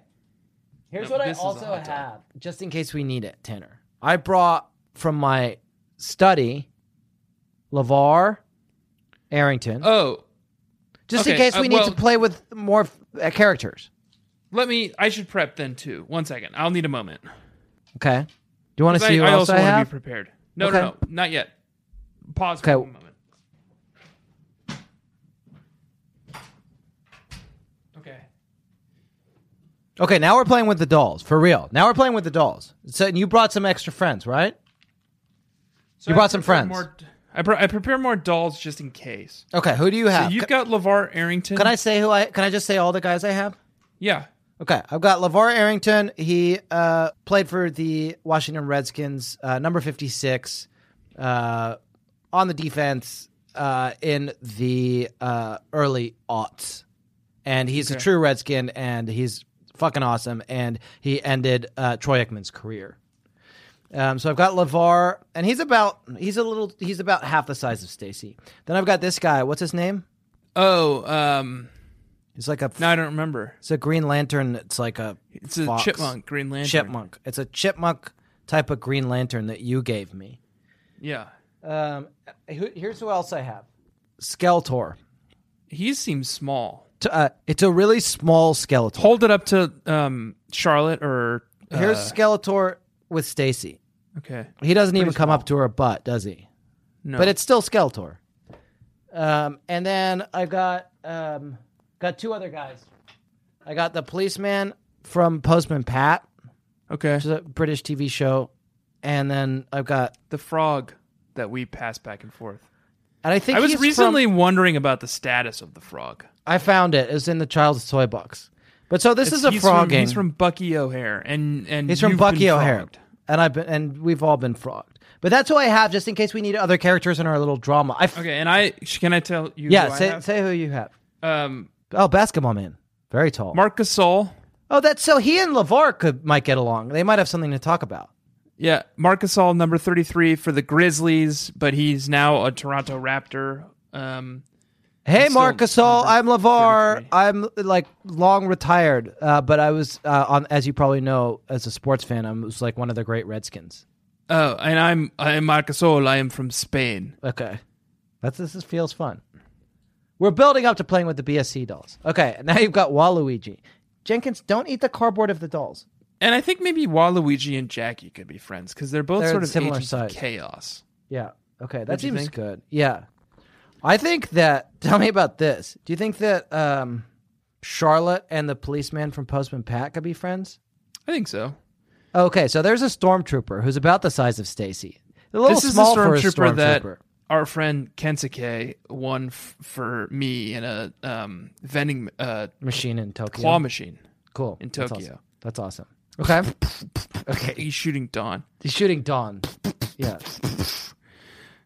S3: Here's
S7: No,
S3: what I
S7: this is a
S3: also
S7: hot dog.
S3: have, just in case we need it, Tanner. I brought from my study, Lavar, Arrington,
S7: Oh,
S3: just in
S7: okay,
S3: case
S7: uh,
S3: we need
S7: well-
S3: to play with more uh, characters.
S7: let me. I should prep then too. One second. I'll need a moment.
S3: Okay. Do you want to see
S7: I,
S3: who
S7: I
S3: else
S7: also
S3: I
S7: wanna
S3: have?
S7: be prepared. No, no, no,
S3: Okay.
S7: not yet. Pause
S3: Okay.
S7: for one moment. Okay.
S3: okay, now we're playing with the dolls for real. Now we're playing with the dolls. So and you brought some extra friends, right?
S7: So
S3: You
S7: I
S3: brought some
S7: prepared
S3: friends.
S7: More, I, pre- I prepare more dolls just in case.
S3: Okay, who do you have?
S7: So
S3: C-
S7: you've got LeVar Arrington.
S3: can I say who I? Can I just say all the guys I have?
S7: Yeah.
S3: Okay, I've got LeVar Arrington. He uh, played for the Washington Redskins, uh, number 56, uh, on the defense uh, in the uh, early aughts. And he's a true Redskin, and he's fucking awesome. And he ended uh, Troy Aikman's career. Um, so I've got LeVar, and he's about he's a little he's about half the size of Stacy. Then I've got this guy. What's his name?
S7: Oh, um,
S3: He's like a
S7: no, I don't remember.
S3: it's a Green Lantern. It's like a
S7: It's a
S3: fox.
S7: chipmunk, Green Lantern.
S3: Chipmunk. It's a chipmunk type of Green Lantern that you gave me.
S7: Yeah.
S3: Um, who, here's who else I have. Skeletor.
S7: He seems small.
S3: T- uh, it's a really small Skeletor.
S7: Hold it up to um, Charlotte or. uh,
S3: here's Skeletor with Stacy.
S7: Okay.
S3: He doesn't even come up to her butt, does he?
S7: No.
S3: But it's still Skeletor. Um, and then I got um, got two other guys. I got the policeman from Postman Pat,
S7: Okay.
S3: which is a British TV show, and then I've got
S7: The frog that we pass back and forth.
S3: and I think
S7: I was
S3: he's from-
S7: recently wondering about the status of the frog.
S3: I found it. It was in the child's toy box. But so this
S7: It's-
S3: is a
S7: he's
S3: frogging.
S7: From, he's from Bucky O'Hare, and and
S3: He's from
S7: you've
S3: Bucky
S7: been
S3: O'Hare,
S7: frogged.
S3: and I've been and we've all been frogged. But that's all I have, just in case we need other characters in our little drama. I f-
S7: Okay, and I sh- can I tell you?
S3: yeah,
S7: who I
S3: say
S7: have?
S3: say who you have.
S7: um,
S3: Oh, basketball man, very tall.
S7: Mark Gasol.
S3: oh, that's so he and Lavar could might get along. They might have something to talk about.
S7: Yeah, Marc Gasol, number thirty-three for the Grizzlies, but he's now a Toronto Raptor. Um,
S3: Hey,
S7: still
S3: Mark Gasol,
S7: number
S3: I'm Lavar.
S7: 33.
S3: I'm like long retired, uh, but I was uh, on, as you probably know, as a sports fan, I was like one of the great Redskins.
S7: Oh, and I'm I'm Marcasol. I am from Spain.
S3: Okay. That's this is, feels fun. We're building up to playing with the BSC dolls. Okay, now you've got Waluigi. Jenkins, don't eat the cardboard of the dolls.
S7: And I think maybe Waluigi and Jackie could be friends because they're both
S3: They're
S7: sort of
S3: similar
S7: agents of
S3: size.
S7: chaos.
S3: Yeah. Okay, that
S7: What'd you
S3: seems
S7: think?
S3: good. Yeah. I think that tell me about this. Do you think that um Charlotte and the policeman from Postman Pat could be friends?
S7: I think so.
S3: Okay, so there's a stormtrooper who's about the size of Stacy. A little
S7: this is the
S3: small for a
S7: stormtrooper, that
S3: stormtrooper.
S7: our friend Kensuke won f- for me in a um, vending uh,
S3: machine in Tokyo.
S7: claw machine.
S3: cool.
S7: in
S3: That's
S7: Tokyo.
S3: awesome. That's awesome. Okay. okay.
S7: He's shooting Don.
S3: He's shooting Dawn. Yeah.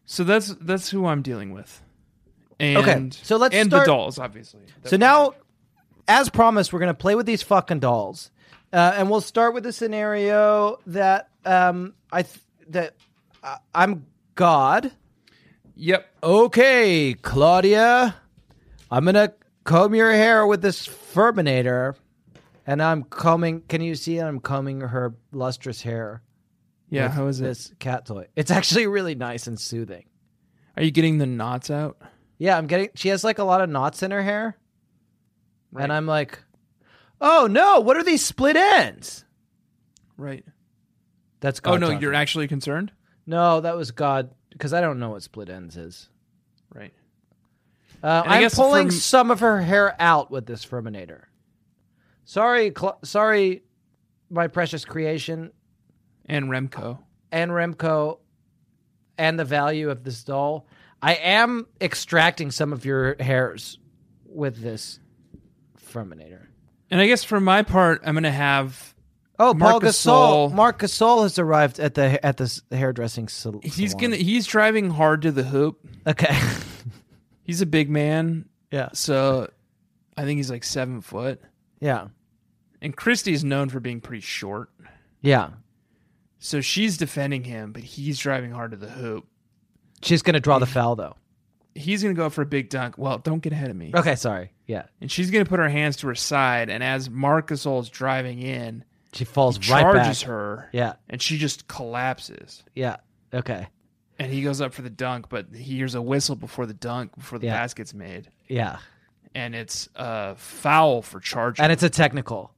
S7: So that's that's who I'm dealing with. And,
S3: so let's
S7: and
S3: start-
S7: the dolls, obviously.
S3: So now, as promised, we're going to play with these fucking dolls, uh, and we'll start with a scenario that um, I th- that I I'm God.
S7: yep.
S3: Okay, Claudia, I'm gonna comb your hair with this Furminator, and I'm combing. Can you see? I'm combing her lustrous hair.
S7: Yeah.
S3: with
S7: How is this?
S3: this cat toy? It's actually really nice and soothing.
S7: Are you getting the knots out?
S3: Yeah, I'm getting. She has like a lot of knots in her hair, and I'm like, "Oh no, what are these split ends?"
S7: Right.
S3: That's God.
S7: Oh no,
S3: talking.
S7: you're actually concerned.
S3: No, that was God because I don't know what split ends is.
S7: Right.
S3: Uh,
S7: And I
S3: I'm
S7: guess
S3: pulling
S7: from-
S3: some of her hair out with this Furminator. Sorry, Cla sorry, my precious creation
S7: And Remco.
S3: and Remco, and the value of this doll. I am extracting some of your hairs with this Furminator.
S7: And I guess for my part, I'm gonna have.
S3: Oh, Paul
S7: Marc
S3: Gasol.
S7: Gasol.
S3: Mark Gasol has arrived at the at the hairdressing salon.
S7: He's gonna. He's driving hard to the hoop.
S3: Okay.
S7: He's a big man,
S3: yeah.
S7: so I think he's like seven foot.
S3: Yeah.
S7: And Christie's known for being pretty short,
S3: Yeah.
S7: so she's defending him, but he's driving hard to the hoop.
S3: She's gonna draw the foul though.
S7: He's gonna go for a big dunk. Well, don't get ahead of me.
S3: Okay. Sorry. Yeah.
S7: And she's gonna put her hands to her side, and as Marcus is driving in,
S3: She falls right back.
S7: charges her,
S3: Yeah.
S7: and she just collapses.
S3: Yeah. Okay.
S7: And he goes up for the dunk, but he hears a whistle before the dunk, before the
S3: Yeah.
S7: basket's made,
S3: Yeah.
S7: and it's a foul for charging,
S3: And it's a technical.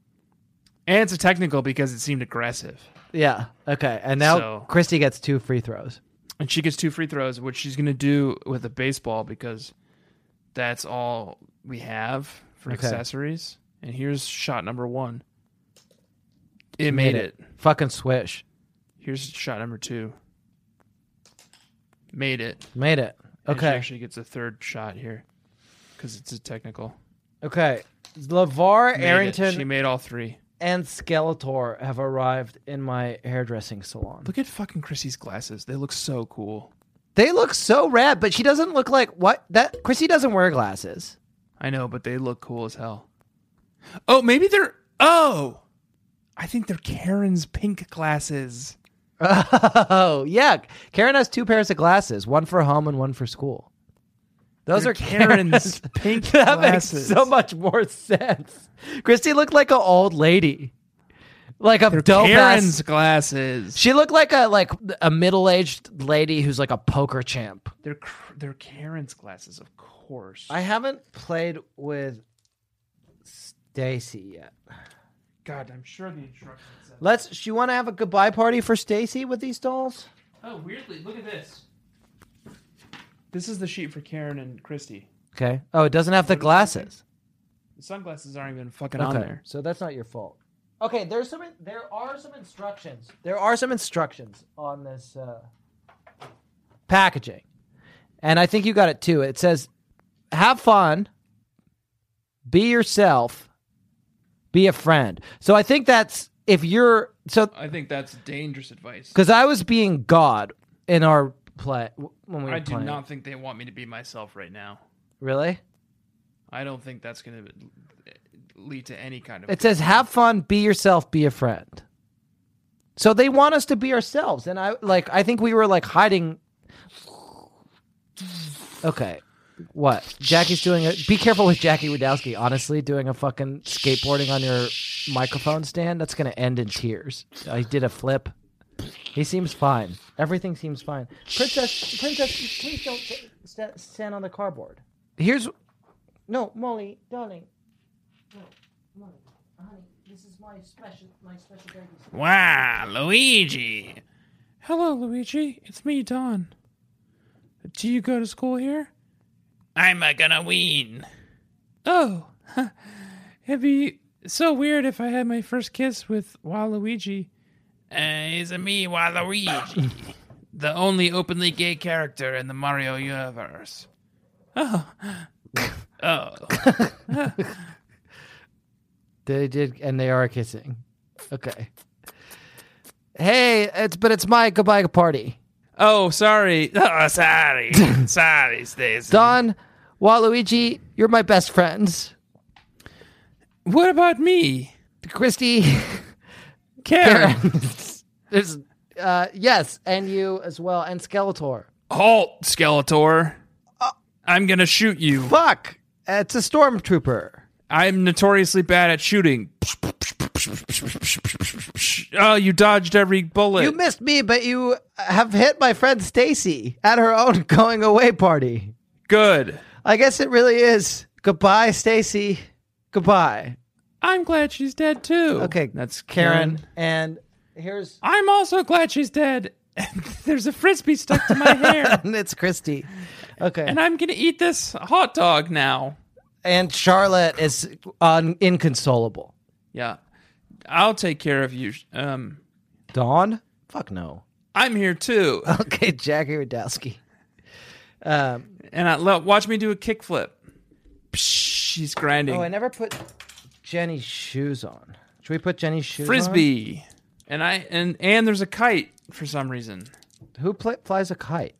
S7: and it's a technical because it seemed aggressive.
S3: Yeah. Okay. And now
S7: So-
S3: Christy gets two free throws.
S7: and she gets two free throws, which she's going to do with a baseball because that's all we have for
S3: Okay.
S7: accessories. And here's shot number one. It made, it.
S3: Fucking swish.
S7: Here's shot number two. Made it.
S3: Made it.
S7: And she
S3: Okay.
S7: actually gets a third shot here because it's a technical.
S3: Okay. Lavar,
S7: Made it.
S3: Arrington,
S7: She made all three.
S3: and Skeletor have arrived in my hairdressing salon.
S7: Look at fucking Chrissy's glasses. They look so cool.
S3: They look so rad, but she doesn't look like what that Chrissy doesn't wear glasses.
S7: I know, but they look cool as hell. Oh, maybe they're. Oh! I think they're Karen's pink glasses.
S3: Oh yeah, Karen has two pairs of glasses, one for home and one for school. Those
S7: They're
S3: are Karen's,
S7: Karen's pink
S3: that
S7: glasses.
S3: makes so much more sense. Christy looked like an old lady, like a dope
S7: Karen's
S3: ass.
S7: glasses.
S3: She looked like a like a middle aged lady who's like a poker champ.
S7: They're cr- they're Karen's glasses, of course.
S3: I haven't played with Stacy yet.
S7: God, I'm sure the instructions. Said-
S3: Let's. You want to have a goodbye party for Stacy with these dolls?
S7: oh, weirdly, look at this. This is the sheet for Karen and Christy.
S3: Okay. Oh, it doesn't have the glasses.
S7: The sunglasses aren't even fucking on
S3: Okay.
S7: there.
S3: So that's not your fault. Okay. There's some. There are some instructions. There are some instructions on this uh, packaging, and I think you got it too. It says, "Have fun, be yourself, be a friend." So I think that's if you're so
S7: I think that's dangerous advice.
S3: because I was being God in our play when we were
S7: I do
S3: playing.
S7: not think they want me to be myself right now.
S3: really.
S7: I don't think that's going to lead to any kind of.
S3: It says, "Have fun, be yourself, be a friend." So they want us to be ourselves, and I like. I think we were like hiding. Okay, what? Jackie's doing a. Be careful with Jackie Wadowski. Honestly, doing a fucking skateboarding on your microphone stand. That's gonna end in tears. I did a flip. He seems fine. Everything seems fine. Princess, princess, please don't sta- sta- stand on the cardboard.
S4: Here's
S3: No, Molly, darling. No, Molly, honey, this is my special, my special baby.
S7: Wow, Luigi. Hello, Luigi. It's me, Don. Do you go to school here? I'm a gonna wean. Oh, it'd be so weird if I had my first kiss with Waluigi. Uh, it's me, Waluigi, the only openly gay character in the Mario universe. Oh, oh,
S3: They did, and they are kissing. Okay. Hey, it's but it's my goodbye party.
S7: oh! Sorry, oh, sorry, sorry, Stacy.
S3: Don, Waluigi, you're my best friends.
S7: What about me?
S3: Christy,
S7: Karen.
S3: there's, uh, yes, and you as well, and Skeletor.
S7: Halt, Skeletor.
S3: Uh,
S7: I'm going to shoot you.
S3: Fuck, it's a stormtrooper.
S7: I'm notoriously bad at shooting. Oh, you dodged every bullet.
S3: You missed me, but you have hit my friend Stacy at her own going away party.
S7: Good.
S3: I guess it really is goodbye, Stacy. Goodbye.
S7: I'm glad she's dead too.
S3: Okay,
S7: that's
S3: Oh. Karen. And here's
S7: I'm also glad she's dead. There's a frisbee stuck to my hair.
S3: and it's Christy. Okay,
S7: And I'm going to eat this hot dog now.
S3: and Charlotte is un- inconsolable.
S7: Yeah. I'll take care of you. Um
S3: Dawn? Fuck no.
S7: I'm here too.
S3: Okay, Jackie Radowski.
S7: And I love watch me do a kickflip. She's grinding.
S3: Oh, I never put Jenny's shoes on. Should we put Jenny's shoes on?
S7: frisbee and i and and there's a kite for some reason
S3: Who pl- flies a kite?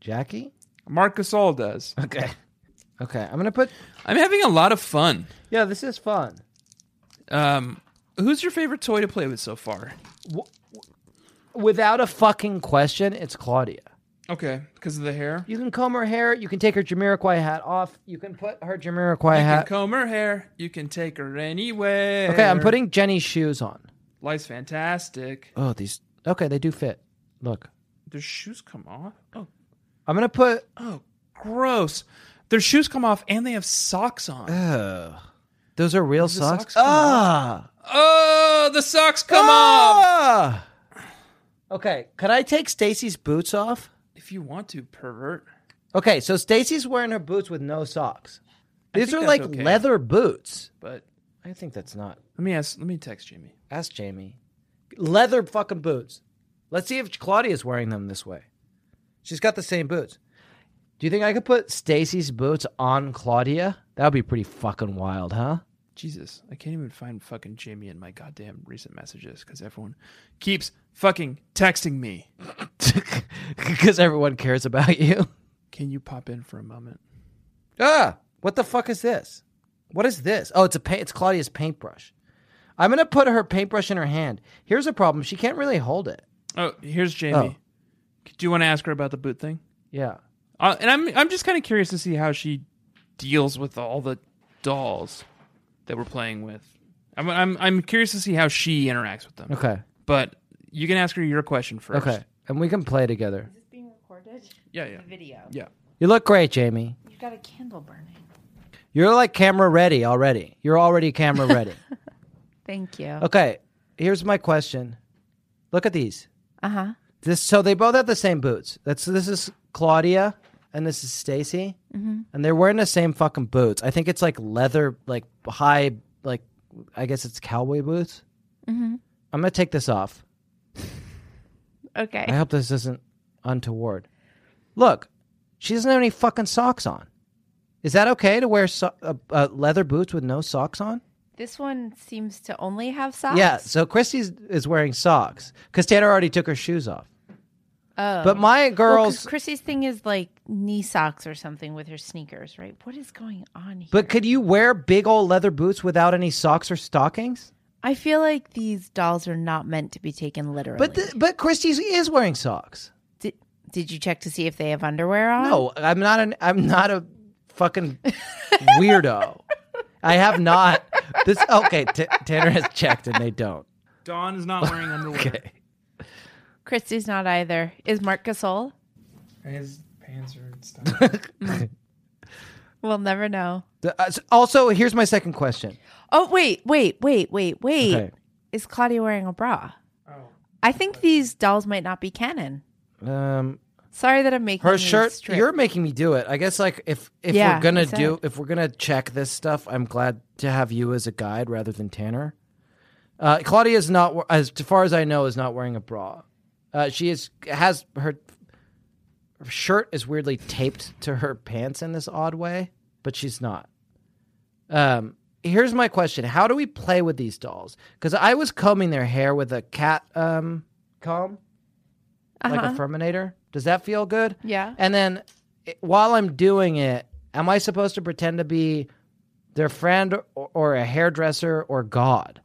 S3: Jackie?
S7: mark gasol does
S3: Okay. Okay, I'm going to put.
S7: i'm having a lot of fun
S3: Yeah, this is fun.
S7: um who's your favorite toy to play with so far
S3: Without a fucking question, it's Claudia.
S7: okay because of the hair you
S3: You can comb her hair. You can take her Jamiroquai hat off. You can put her Jamiroquai
S7: can
S3: hat.
S7: comb her hair you can take her anywhere
S3: okay, I'm putting Jenny's shoes on.
S7: life's fantastic
S3: Oh, these. Okay, they do fit. Look,
S7: their shoes come off oh
S3: I'm going to put.
S7: oh gross their shoes come off and they have socks on
S3: Oh. Those are real
S7: The
S3: socks.
S7: come off. oh the socks come off
S3: Ah! Okay, could I take Stacy's boots off?
S7: if you want to pervert
S3: Okay, so Stacy's wearing her boots with no socks. These
S7: think
S3: are
S7: that's
S3: like
S7: okay.
S3: leather boots.
S7: but
S3: I think that's not.
S7: let me ask let me text jamie
S3: Ask Jamie. Leather fucking boots. Let's see if Claudia's wearing them this way. She's got the same boots. Do you think I could put Stacy's boots on Claudia? That would be pretty fucking wild, huh?
S7: Jesus, I can't even find fucking Jamie in my goddamn recent messages because everyone keeps fucking texting me.
S3: Because everyone cares about you.
S7: Can you pop in for a moment?
S3: Ah, what the fuck is this? What is this? Oh, it's a paint. It's Claudia's paintbrush. I'm gonna put her paintbrush in her hand. Here's a problem. She can't really hold it.
S7: Oh, here's Jamie. Do you want to ask her about the boot thing?
S3: Yeah.
S7: Uh, and I'm I'm just kind of curious to see how she deals with all the dolls that we're playing with. I'm I'm, I'm curious to see how she interacts with them.
S3: Okay.
S7: But you can ask her your question first.
S3: Okay. And we can play together.
S8: being recorded?
S7: Yeah, yeah,
S8: Video.
S7: yeah.
S3: You look great, Jamie.
S8: You've got a candle burning.
S3: You're like camera ready already. You're already camera ready.
S8: Thank you.
S3: okay. Here's my question. Look at these.
S8: Uh huh.
S3: This so they both have the same boots. That's this is Claudia and this is Stacy, and they're wearing the same fucking boots. I think it's like leather, like high, like I guess it's cowboy boots. I'm gonna take this off. I
S8: Okay.
S3: hope this isn't untoward. Look, she doesn't have any fucking socks on. Is that okay to wear so- uh, uh, leather boots with no socks on?
S8: This one seems to only have socks.
S3: Yeah. So Christy is wearing socks because Tanner already took her shoes off.
S8: Oh.
S3: But my
S8: Well, 'cause
S3: girls.
S8: Chrissy's thing is like knee socks or something with her sneakers, right? What is going on here?
S3: But could you wear big old leather boots without any socks or stockings?
S8: I feel like these dolls are not meant to be taken literally.
S3: But the, but Christy is wearing socks.
S8: did, did you check to see if they have underwear on?
S3: No, I'm not an I'm not a fucking weirdo. I have not. This okay. T- Tanner has checked and they don't.
S7: Dawn is not wearing underwear.
S3: Okay.
S8: Christy's not either. Is Mark Gasol?
S7: His pants are stuff.
S8: We'll never know.
S3: The- uh, s- also, here's my second question.
S8: Oh wait, wait, wait, wait, wait.
S3: Okay.
S8: Is Claudia wearing a bra?
S7: oh.
S8: I think these dolls might not be canon.
S3: Um,
S8: Sorry that I'm making
S3: her
S8: you
S3: shirt.
S8: strip.
S3: You're making me do it. I guess like if if
S8: Yeah,
S3: we're gonna
S8: you said
S3: do
S8: it.
S3: if we're gonna check this stuff, I'm glad to have you as a guide rather than Tanner. Uh, Claudia is not we- as far as I know is not wearing a bra. Uh, she is has her, her shirt is weirdly taped to her pants in this odd way, but she's not. Um, here's my question: How do we play with these dolls? Because I was combing their hair with a cat um, comb, like a
S8: Uh-huh.
S3: Furminator. Does that feel good?
S8: Yeah.
S3: And then it- while I'm doing it, am I supposed to pretend to be their friend or, or a hairdresser or God?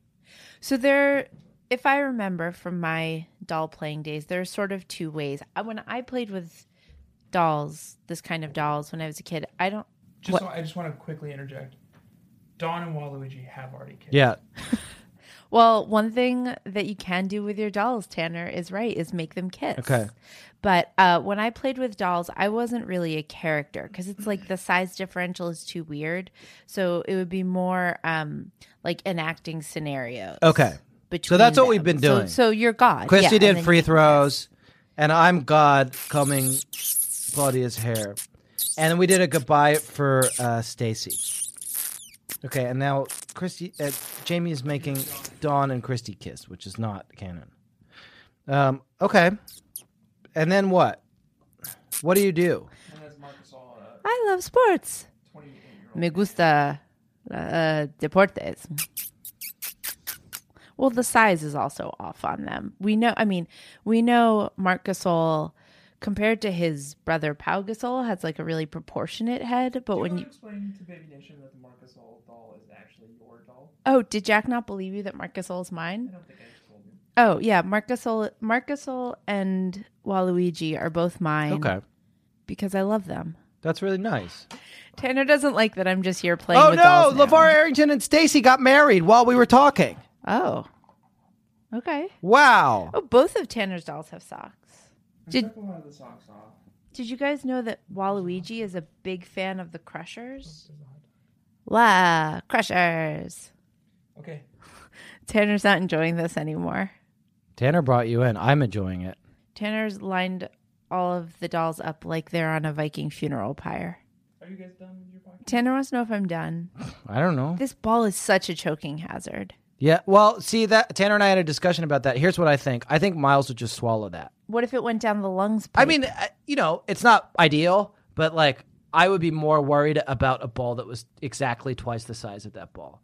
S8: So there, if I remember from my doll playing days, there are sort of two ways. I- When I played with dolls, this kind of dolls, when I was a kid, I don't.
S7: Just so- I just want to quickly interject. Don and Waluigi have already kids.
S3: Yeah.
S8: Well, one thing that you can do with your dolls, Tanner is right, is make them kiss.
S3: Okay.
S8: But uh, when I played with dolls, I wasn't really a character because it's like the size differential is too weird. So it would be more um, like enacting scenarios.
S3: Okay.
S8: Between
S3: Oh, So that's what we've
S8: them.
S3: been
S8: So-
S3: doing.
S8: So, you're God.
S3: Christy
S8: yeah, and
S3: did
S8: then
S3: free
S8: you-
S3: throws, and I'm God combing Claudia's hair. And we did a goodbye for uh, Stacy. Okay, and now Christy, uh, Jamie is making Dawn and Christy kiss, which is not canon. Um, okay, and then what? What do you do?
S8: I love sports. Me gusta uh, deportes. Well, the size is also off on them. We know, I mean, we know Mark Gasol, compared to his brother Pau Gasol, has like a really proportionate head. But when you,
S7: Explain to Baby Nation that the Marcus Old doll is actually your doll.
S8: oh, did Jack not believe you that Mark Gasol is mine? Oh, yeah. Mark Gasol, Mark Gasol and Waluigi are both mine because I love them.
S3: that's really nice.
S8: Tanner doesn't like that I'm just here playing.
S3: Oh
S8: with
S3: no,
S8: dolls now.
S3: LeVar Arrington and Stacy got married while we were talking.
S8: Oh. Okay.
S3: Wow.
S8: Oh, both of Tanner's dolls have socks. Did Did you guys know that Waluigi is a big fan of the Crushers? La Crushers.
S7: Okay.
S8: Tanner's not enjoying this anymore.
S3: Tanner brought you in. I'm enjoying it.
S8: Tanner's lined all of the dolls up like they're on a Viking funeral pyre.
S7: Are you guys done with your podcast?
S8: Tanner wants to know if I'm done.
S3: I don't know.
S8: This ball is such a choking hazard.
S3: Yeah. Well, see that Tanner and I had a discussion about that. Here's what I think. I think Miles would just swallow that.
S8: What if it went down the lungs?
S3: I
S8: pipe?
S3: mean, I- you know, it's not ideal, but like I would be more worried about a ball that was exactly twice the size of that ball.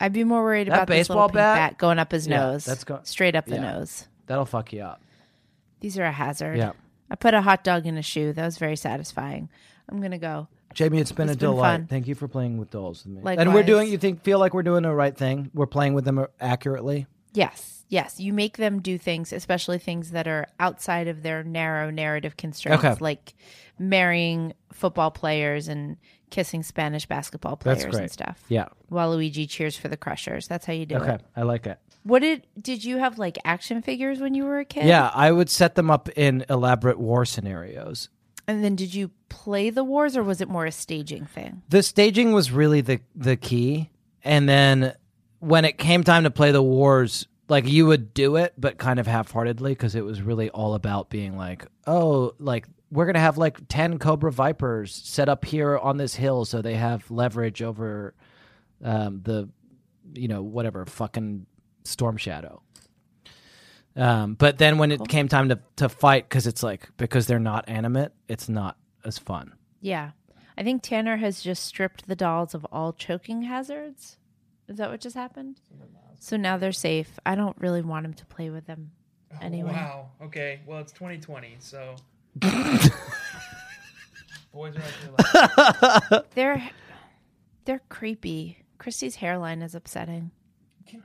S8: I'd be more worried
S3: that
S8: about this little
S3: baseball
S8: pink
S3: bat-
S8: bat going up his
S3: Yeah,
S8: nose.
S3: that's go-
S8: straight up the
S3: yeah.
S8: nose.
S3: That'll fuck you up.
S8: These are a hazard.
S3: Yeah.
S8: I put a hot dog in a shoe. That was very satisfying. I'm gonna go.
S3: Jamie, it's been
S8: It's
S3: a
S8: been
S3: delight.
S8: fun.
S3: Thank you for playing with dolls with me. And we're
S8: Likewise.
S3: doing. You think feel like we're doing the right thing? We're playing with them accurately.
S8: Yes, yes. You make them do things, especially things that are outside of their narrow narrative constraints,
S3: Okay.
S8: like marrying football players and kissing Spanish basketball players
S3: great.
S8: and stuff.
S3: Yeah.
S8: Waluigi cheers for the Crushers. That's how you do
S3: Okay.
S8: it.
S3: I like it.
S8: What did did you have like action figures when you were a kid?
S3: Yeah, I would set them up in elaborate war scenarios.
S8: And then did you play the wars, or was it more a staging thing?
S3: the staging was really the the key and then when it came time to play the wars like you would do it but kind of half-heartedly because it was really all about being like oh like we're gonna have like 10 cobra vipers set up here on this hill so they have leverage over um, the you know whatever fucking storm shadow um, but then when it came time to, to fight because it's like because they're not animate it's not as fun
S8: Yeah. I think Tanner has just stripped the dolls of all choking hazards. Is that what just happened? So now they're safe. I don't really want him to play with them anyway.
S7: Wow. Okay. Well, it's 2020, so. Boys are out there like,
S8: They're they're creepy. Christy's hairline is upsetting.
S7: can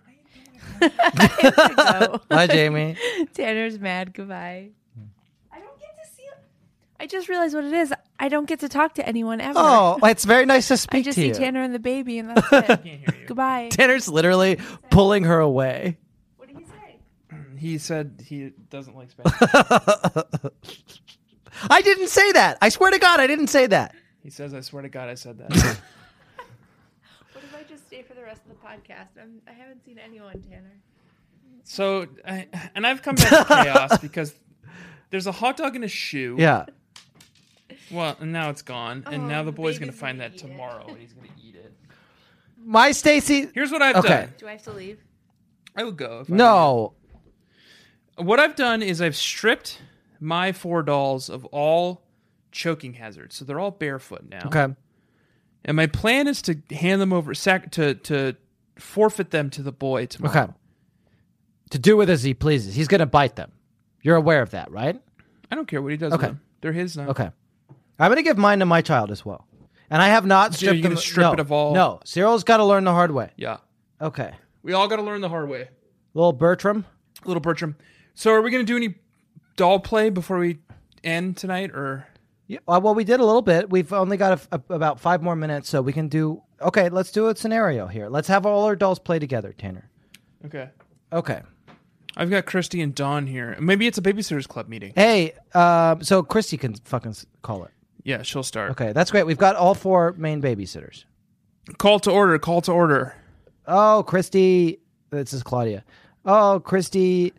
S7: I?
S8: So,
S3: Bye, Jamie.
S8: Tanner's mad. Goodbye. I don't get to see I just realized what it is. I don't get to talk to anyone ever.
S3: Oh, it's very nice to speak
S8: I just
S3: to
S8: see
S3: you.
S8: Tanner and the baby and that's it.
S7: can't hear you.
S8: Goodbye.
S3: Tanner's literally pulling her away.
S8: What did he say?
S7: He said he doesn't like Spanish.
S3: I didn't say that. I swear to God, I didn't say that.
S7: he says, "I swear to God, I said that."
S8: What if I just stay for the rest of the podcast? I'm, I haven't seen anyone, Tanner.
S7: so, I, and I've come back to chaos because there's a hot dog in a shoe.
S3: Yeah.
S7: Well, and now it's gone, and
S8: Oh,
S7: now the
S8: the
S7: boy's gonna
S8: baby's
S7: find
S8: gonna
S7: that
S8: eat it.
S7: tomorrow, and he's gonna eat it.
S3: My Stacy.
S7: Here's what I've
S3: Okay.
S7: done.
S8: Do I have to leave?
S7: I would go. If I
S3: No.
S7: were you. What I've done is I've stripped my four dolls of all choking hazards, so they're all barefoot now.
S3: Okay.
S7: And my plan is to hand them over, sac- to to forfeit them to the boy tomorrow.
S3: Okay. To do with as he pleases. He's going to bite them. You're aware of that, right?
S7: I don't care what he does.
S3: Okay.
S7: With them. They're his now.
S3: Okay. I'm going to give mine to my child as well. And I have not
S7: So you're
S3: stripped them.
S7: gonna strip
S3: no,
S7: it of all-
S3: No. Cyril's got to learn the hard way.
S7: Yeah.
S3: Okay.
S7: We all got to learn the hard way.
S3: Little Bertram.
S7: Little Bertram. So are we going to do any doll play before we end tonight or
S3: Yeah, uh, well, we did a little bit. We've only got a f- a- about five more minutes, so we can do. Okay, let's do a scenario here. Let's have all our dolls play together, Tanner.
S7: Okay.
S3: Okay.
S7: I've got Christy and Dawn here. Maybe it's a babysitters club meeting.
S3: Hey, um, so Christy can fucking s- call it.
S7: Yeah, she'll start.
S3: Okay, that's great. We've got all four main babysitters.
S7: Call to order, call to order.
S3: Oh, Christy, this is Claudia. Oh, Christy,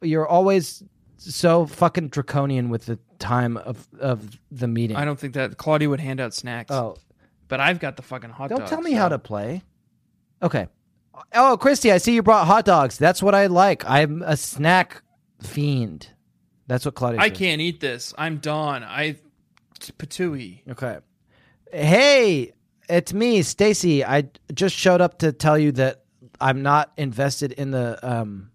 S3: you're always so fucking draconian with the time of of the meeting.
S7: I don't think that Claudia would hand out snacks.
S3: Oh,
S7: But I've got the fucking hot
S3: Don't
S7: dogs,
S3: tell me
S7: so-
S3: how to play. Okay. Oh, Christy, I see you brought hot dogs. That's what I like. I'm a snack fiend. That's what Claudia.
S7: I
S3: says.
S7: can't eat this. I'm Dawn. I patooey.
S3: Okay. Hey, it's me, Stacy. I just showed up to tell you that I'm not invested in the um,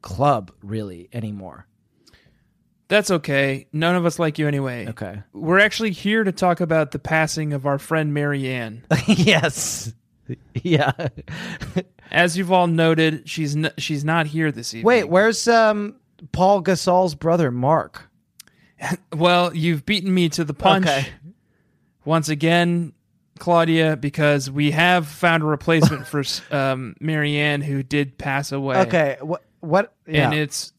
S3: club really anymore.
S7: That's okay. None of us like you anyway.
S3: Okay.
S7: We're actually here to talk about the passing of our friend Marianne.
S3: yes. Yeah.
S7: As you've all noted, she's n- she's not here this evening.
S3: Wait, where's um Paul Gasol's brother Mark?
S7: Well, you've beaten me to the punch
S3: Okay.
S7: once again, Claudia, because we have found a replacement for um, Marianne, who did pass away.
S3: Okay. What? What?
S7: and it's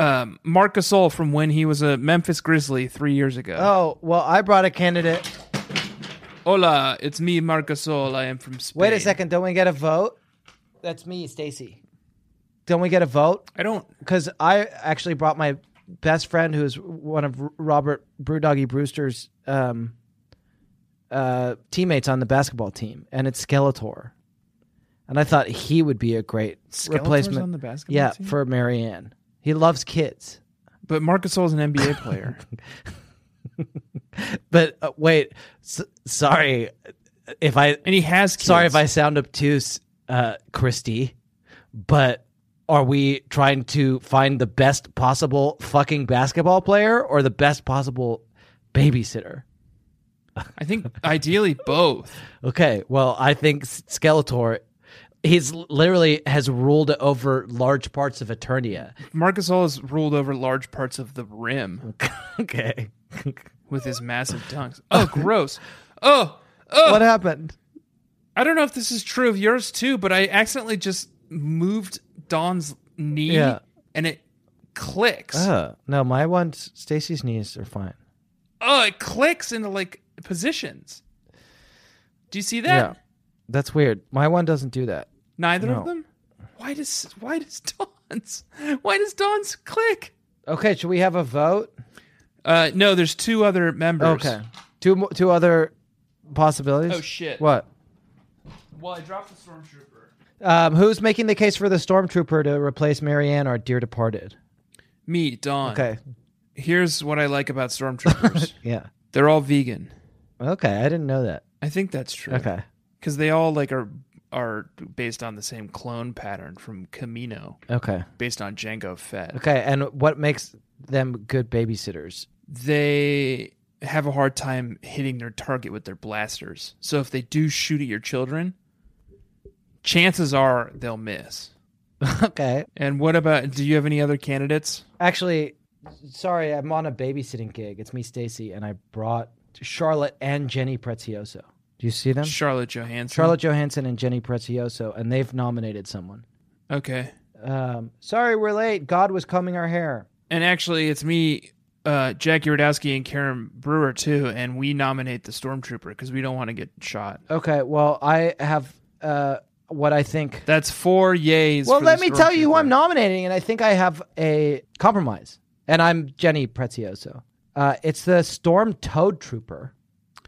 S7: um, Marc Gasol from when he was a Memphis Grizzly three years ago.
S3: Oh well, I brought a candidate.
S7: Hola, it's me, Marc Gasol. I am from Spain.
S3: Wait a second. Don't we get a vote? That's me, Stacy. Don't we get a vote?
S7: I don't.
S3: Because I actually brought my best friend, who is one of R- Robert Brewdoggy Brewster's um, uh, teammates on the basketball team, and it's Skeletor. And I thought he would be a great
S7: Skeletor's
S3: replacement.
S7: on the basketball
S3: yeah,
S7: team?
S3: for Marianne. He loves kids.
S7: But Marc Gasol is an NBA player.
S3: But uh, wait, s- sorry if I
S7: and he has kids.
S3: Sorry if I sound obtuse, uh, Christy, but are we trying to find the best possible fucking basketball player or the best possible babysitter?
S7: I think ideally both.
S3: Okay, well, I think S- Skeletor. He's l- literally has ruled over large parts of Eternia.
S7: Marc Gasol has ruled over large parts of the rim
S3: okay.
S7: with his massive dunks. Oh, gross. Oh, oh.
S3: What happened?
S7: I don't know if this is true of yours too, but I accidentally just moved Don's knee
S3: Yeah.
S7: and it clicks.
S3: Uh, no, my ones, Stacy's knees are fine.
S7: Oh, it clicks into like positions. Do you see that?
S3: Yeah. That's weird. My one doesn't do that.
S7: Neither
S3: No.
S7: of them? Why does why does Don's why does Don's click?
S3: Okay, should we have a vote?
S7: Uh no, there's two other members.
S3: Okay. Two mo- two other possibilities.
S7: Oh, shit.
S3: What?
S7: Well, I dropped the stormtrooper.
S3: Um, who's making the case for the stormtrooper to replace Marianne, our dear departed?
S7: Me, Don.
S3: Okay.
S7: Here's what I like about stormtroopers.
S3: Yeah.
S7: They're all vegan.
S3: Okay, I didn't know that.
S7: I think that's true.
S3: Okay.
S7: because they all like are are based on the same clone pattern from Camino,
S3: Okay.
S7: based on Django Fett.
S3: Okay, and what makes them good babysitters?
S7: They have a hard time hitting their target with their blasters. So if they do shoot at your children, chances are they'll miss.
S3: okay.
S7: And what about? Do you have any other candidates?
S3: Actually, sorry, I'm on a babysitting gig. It's me, Stacy, and I brought Charlotte and Jenny Prezioso. Do you see them?
S7: Charlotte Johansson.
S3: Charlotte Johansson and Jenny Prezioso, and they've nominated someone.
S7: Okay.
S3: Um, sorry, we're late. God was combing our hair.
S7: And actually, it's me, uh, Jackie Radowski, and Karen Brewer too. And we nominate the stormtrooper because we don't want to get shot.
S3: Okay, well, I have uh, what I think.
S7: That's four yays.
S3: well,
S7: for
S3: let me
S7: the
S3: tell you who I'm
S7: stormtrooper.
S3: nominating, and I think I have a compromise. And I'm Jenny Prezioso. Uh, it's the Storm Toad Trooper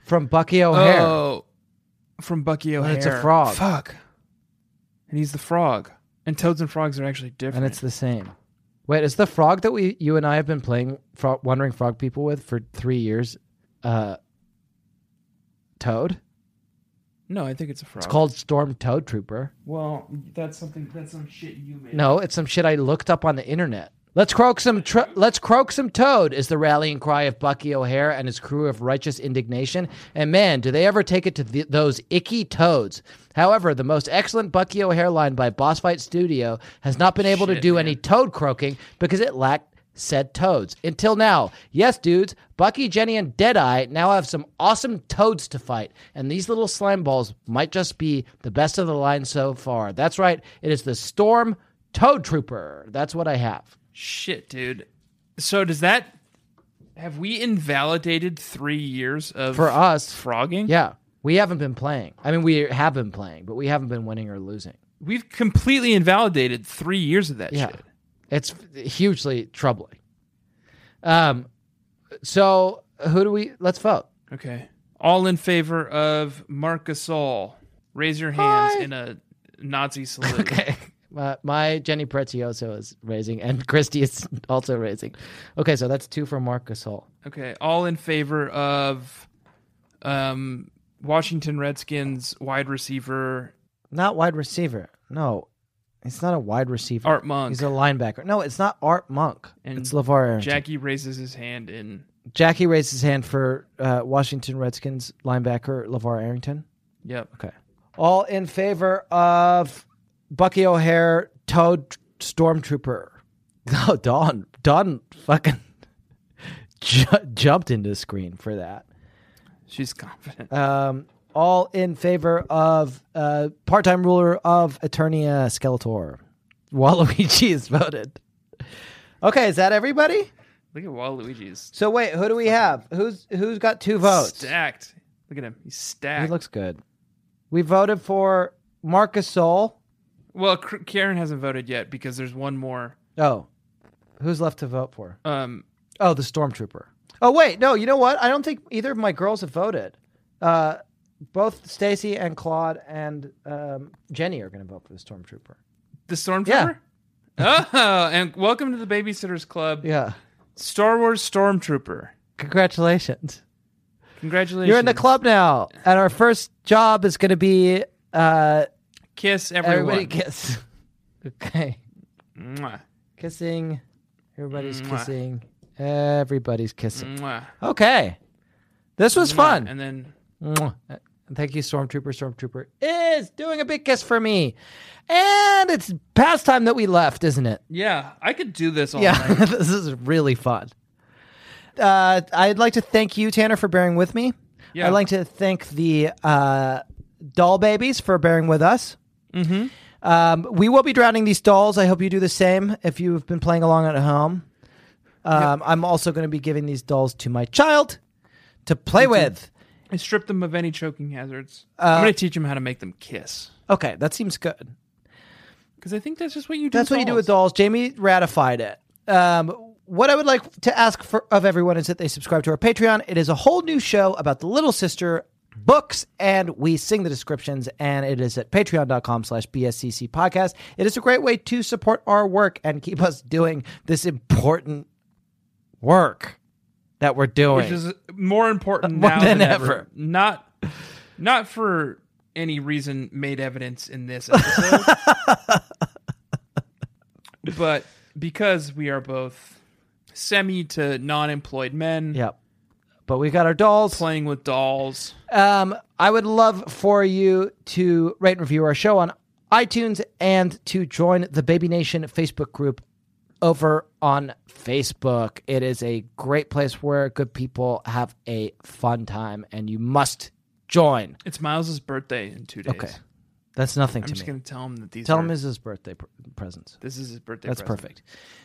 S3: from Bucky O'Hare.
S7: Oh, from Bucky O'Hare.
S3: it's a frog.
S7: Fuck. And he's the frog. And toads and frogs are actually different.
S3: and it's the same. Wait, is the frog that we you and I have been playing fro- wandering frog people with for three years, uh, Toad?
S7: no, I think it's a frog.
S3: It's called Storm Toad Trooper.
S7: Well, that's something. That's some shit you made.
S3: No, it's some shit I looked up on the internet. Let's croak some. Tr- let's croak some toad is the rallying cry of Bucky O'Hare and his crew of righteous indignation. And man, do they ever take it to th those icky toads? However, the most excellent Bucky O'Hare line by Boss Fight Studio has not been able to do any toad croaking because it lacked said toads until now. Yes, dudes, Bucky, Jenny, and Deadeye now have some awesome toads to fight, and these little slime balls might just be the best of the line so far. That's right, it is the storm. Toad Trooper. That's what I have.
S7: Shit, dude. So does that have we invalidated three years of
S3: For us.
S7: frogging?
S3: Yeah. We haven't been playing. I mean, we have been playing, but we haven't been winning or losing.
S7: we've completely invalidated three years of that
S3: Yeah.
S7: shit.
S3: It's hugely troubling. Um, so who do we, let's vote.
S7: Okay, all in favor of Marc Gasol? Raise your hands in a Nazi salute. okay,
S3: Uh, my Jenny Prezioso is raising, and Christy is also raising. Okay, so that's two for Mark Gasol.
S7: okay, all in favor of um, Washington Redskins wide receiver
S3: Not wide receiver. No, it's not a wide receiver.
S7: Art Monk.
S3: He's a linebacker. No, it's not Art Monk.
S7: And
S3: it's LeVar Arrington.
S7: Jackie raises his hand in.
S3: Jackie raised his hand for uh, Washington Redskins linebacker LeVar Arrington.
S7: Yep.
S3: Okay. All in favor of Bucky O'Hare, Toad Stormtrooper. Oh, Don. Don fucking ju- jumped into the screen for that.
S7: She's confident.
S3: Um, all in favor of uh, part time ruler of Eternia Skeletor. Waluigi is voted. Okay, is that everybody?
S7: Look at Waluigi's
S3: So wait, who do we have? Who's who's got two votes?
S7: stacked. Look at him. He's stacked.
S3: He looks good. We voted for Marcus Sol.
S7: Well, K- Karen hasn't voted yet because there's one more.
S3: Oh, who's left to vote for?
S7: Um,
S3: Oh, the stormtrooper. Oh wait, no. You know what? I don't think either of my girls have voted. Uh, both Stacy and Claude and um, Jenny are going to vote for the stormtrooper.
S7: the stormtrooper. oh, and welcome to the Babysitters Club.
S3: Yeah.
S7: Star Wars Stormtrooper.
S3: Congratulations.
S7: Congratulations.
S3: You're in the club now, and our first job is going to be uh,
S7: Kiss everyone.
S3: everybody kiss. Okay.
S7: Mwah.
S3: Kissing. Everybody's
S7: Mwah.
S3: kissing. Everybody's kissing.
S7: Mwah.
S3: Okay. This was fun.
S7: And then
S3: Mwah. And thank you, Stormtrooper. Stormtrooper is doing a big kiss for me. And it's past time that we left, isn't it?
S7: yeah, I could do this all
S3: Yeah,
S7: night.
S3: this is really fun. Uh, I'd like to thank you, Tanner, for bearing with me.
S7: Yeah.
S3: I'd like to thank the uh, doll babies for bearing with us. Mm-hmm. Um, we will be drowning these dolls. I hope you do the same if you've been playing along at home. Um, I'm also going to be giving these dolls to my child to play with.
S7: I strip them of any choking hazards.
S3: Uh,
S7: I'm going to teach them how to make them kiss
S3: Okay, that seems good.
S7: because I think that's just what you do.
S3: That's what you do with dolls. Jamie ratified it. Um, what I would like to ask for, of everyone is that they subscribe to our Patreon. It is a whole new show about the Little Sister books, and we sing the descriptions, and it is at patreon.com slash BSCC podcast. It is a great way to support our work and keep us doing this important work that we're doing.
S7: which is more important
S3: More
S7: now
S3: than
S7: than,
S3: ever.
S7: Not, not for any reason made evidence in this episode, but because we are both semi to non-employed men
S3: yep. But we got our dolls.
S7: playing with dolls.
S3: Um, I would love for you to rate and review our show on iTunes and to join the Baby Nation Facebook group over on Facebook. It is a great place where good people have a fun time, and you must join.
S7: It's Miles's birthday in two days.
S3: Okay. That's nothing
S7: I'm
S3: to
S7: just
S3: me.
S7: gonna tell him that these.
S3: Tell
S7: are-
S3: him it's his birthday pr- presents.
S7: this is his birthday.
S3: That's
S7: present.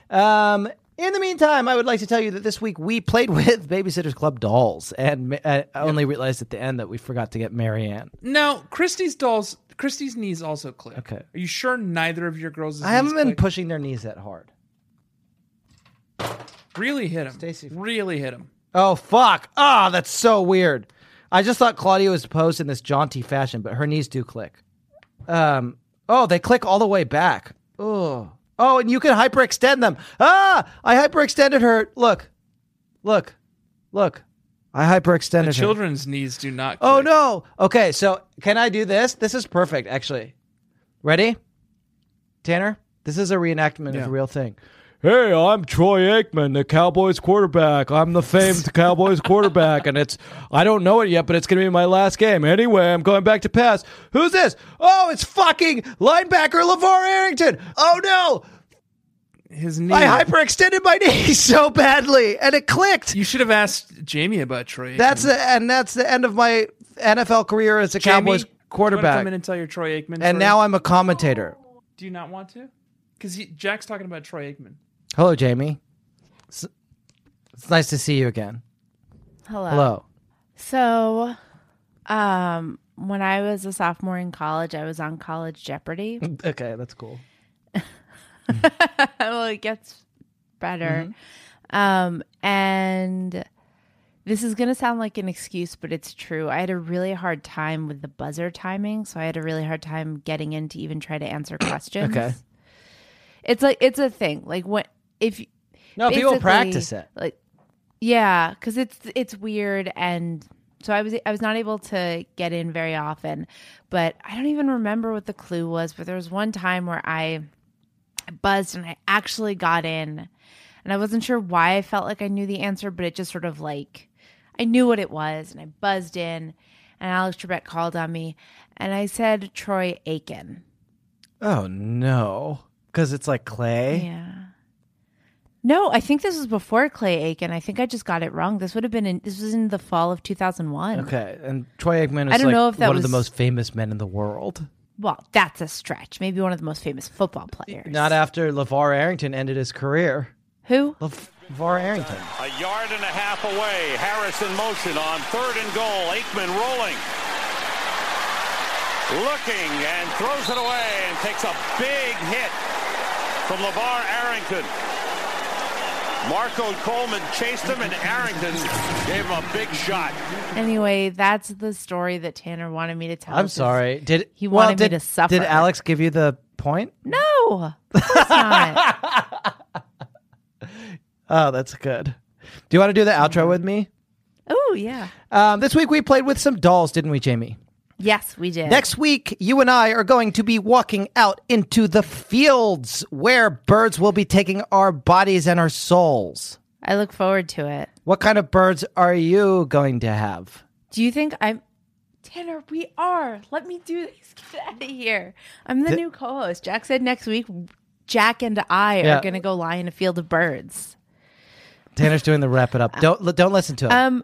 S3: perfect. Um, in the meantime, I would like to tell you that this week we played with Babysitters Club dolls, and ma- I I only realized at the end that we forgot to get Marianne.
S7: Now, Christy's dolls. Christy's knees also click.
S3: Okay.
S7: Are you sure neither of your girls?
S3: I haven't
S7: knees
S3: been
S7: click?
S3: pushing their knees that hard.
S7: Really hit him.
S3: Stacy-
S7: Really hit him.
S3: Oh fuck! Ah, that's so weird. I just thought Claudia was posed in this jaunty fashion, but her knees do click. Um. Oh, they click all the way back. Oh. Oh, and you can hyperextend them. Ah! I hyperextended her. Look, look, look. I hyperextended
S7: The
S3: her.
S7: children's knees do not.
S3: Oh
S7: click.
S3: no. Okay, so can I do this? This is perfect, actually. Ready? Tanner, this is a reenactment of
S7: Yeah.
S3: a real thing. Hey, I'm Troy Aikman, the Cowboys quarterback. I'm the famed Cowboys quarterback, and it's I don't know it yet, but it's gonna be my last game. Anyway, I'm going back to pass. Who's this? Oh, it's fucking linebacker LeVar Arrington. Oh no!
S7: His knee.
S3: I hyperextended my knee so badly and it clicked.
S7: You should have asked Jamie about Troy. Aikman.
S3: That's the and that's the end of my NFL career as a
S7: Jamie,
S3: Cowboys
S7: do you wanna
S3: quarterback.
S7: Come in and tell your Troy Aikman.
S3: and
S7: story?
S3: now I'm a commentator.
S7: do you not want to? Because Jack's talking about Troy Aikman.
S3: Hello, Jamie. It's, it's nice to see you again.
S8: Hello.
S3: Hello.
S8: So, um, when I was a sophomore in college, I was on College Jeopardy.
S3: Okay, that's cool. Mm.
S8: well, it gets better.
S3: Mm-hmm.
S8: Um, and this is going to sound like an excuse, but it's true. I had a really hard time with the buzzer timing, so I had a really hard time getting in to even try to answer questions.
S3: Okay.
S8: It's like it's a thing. Like what if
S3: No, people
S8: basically,
S3: practice it.
S8: Like yeah, cuz it's it's weird and so I was I was not able to get in very often, but I don't even remember what the clue was, but there was one time where I I buzzed and I actually got in. And I wasn't sure why I felt like I knew the answer, but it just sort of like I knew what it was and I buzzed in and Alex Trebek called on me and I said Troy Aiken.
S3: Oh no, because it's like clay.
S8: Yeah. No, I think this was before Clay Aiken. I think I just got it wrong. This would have been in this was in the fall of 2001.
S3: Okay, and Troy Aikman is
S8: I don't
S3: like
S8: know if that
S3: one of the
S8: was-
S3: most famous men in the world.
S8: Well, that's a stretch. Maybe one of the most famous football players.
S3: Not after LeVar Arrington ended his career.
S8: Who?
S3: Lev- LeVar Arrington.
S9: A yard and a half away. Harris in motion on third and goal. Aikman rolling. Looking and throws it away and takes a big hit from LeVar Arrington. Marco Coleman chased him and Arrington gave him a big shot.
S8: Anyway, that's the story that Tanner wanted me to tell.
S3: I'm
S8: which is-
S3: sorry. Did
S8: he
S3: well,
S8: wanted me
S3: did,
S8: to suffer.
S3: Did Alex give you the point?
S8: No. Of course not.
S3: Oh, that's good. Do you want to do the outro with me?
S8: oh, yeah.
S3: Um, this week we played with some dolls, didn't we, Jamie?
S8: Yes, we did.
S3: Next week, you and I are going to be walking out into the fields where birds will be taking our bodies and our souls.
S8: I look forward to it.
S3: What kind of birds are you going to have?
S8: Do you think I'm Tanner, we are. Let me do this. Get out of here. I'm the new co-host. Jack said next week Jack and I
S3: Yeah.
S8: are going to go lie in a field of birds.
S3: Tanner's doing the wrap it up. Don't li- don't listen to him.
S8: Um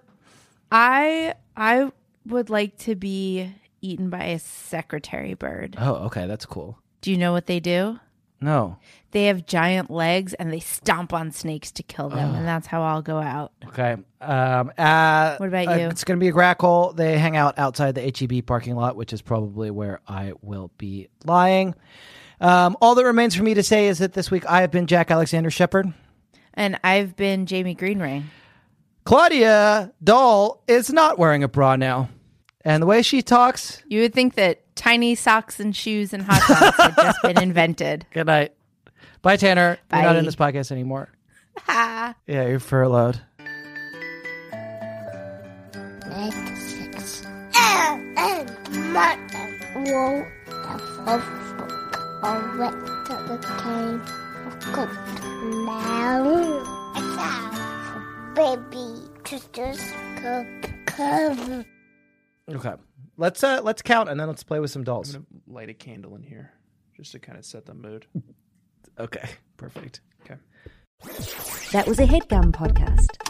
S8: I I would like to be eaten by a secretary bird.
S3: oh, okay, that's cool.
S8: Do you know what they do?
S3: No,
S8: They have giant legs and they stomp on snakes to kill them, and that's how I'll go out.
S3: okay. Um, uh,
S8: What about
S3: uh,
S8: you?
S3: It's going to be a grackle. They hang out outside the HEB parking lot, which is probably where I will be lying. Um, all that remains for me to say is that this week I have been Jack Alexander Shepard.
S8: And I've been Jamie Greenring.
S3: Claudia Doll is not wearing a bra now. And the way she talks,
S8: You would think that tiny socks and shoes and hot dogs had just been invented.
S3: good night. Bye, Tanner. You're not
S8: Bye.
S3: in this podcast anymore. yeah, you're furloughed.
S10: Baby, just come.
S3: Okay. Let's uh let's count and then let's play with some dolls.
S7: I'm gonna light a candle in here just to kind of set the mood.
S3: Okay. Perfect.
S7: Okay.
S1: That was a headgum podcast.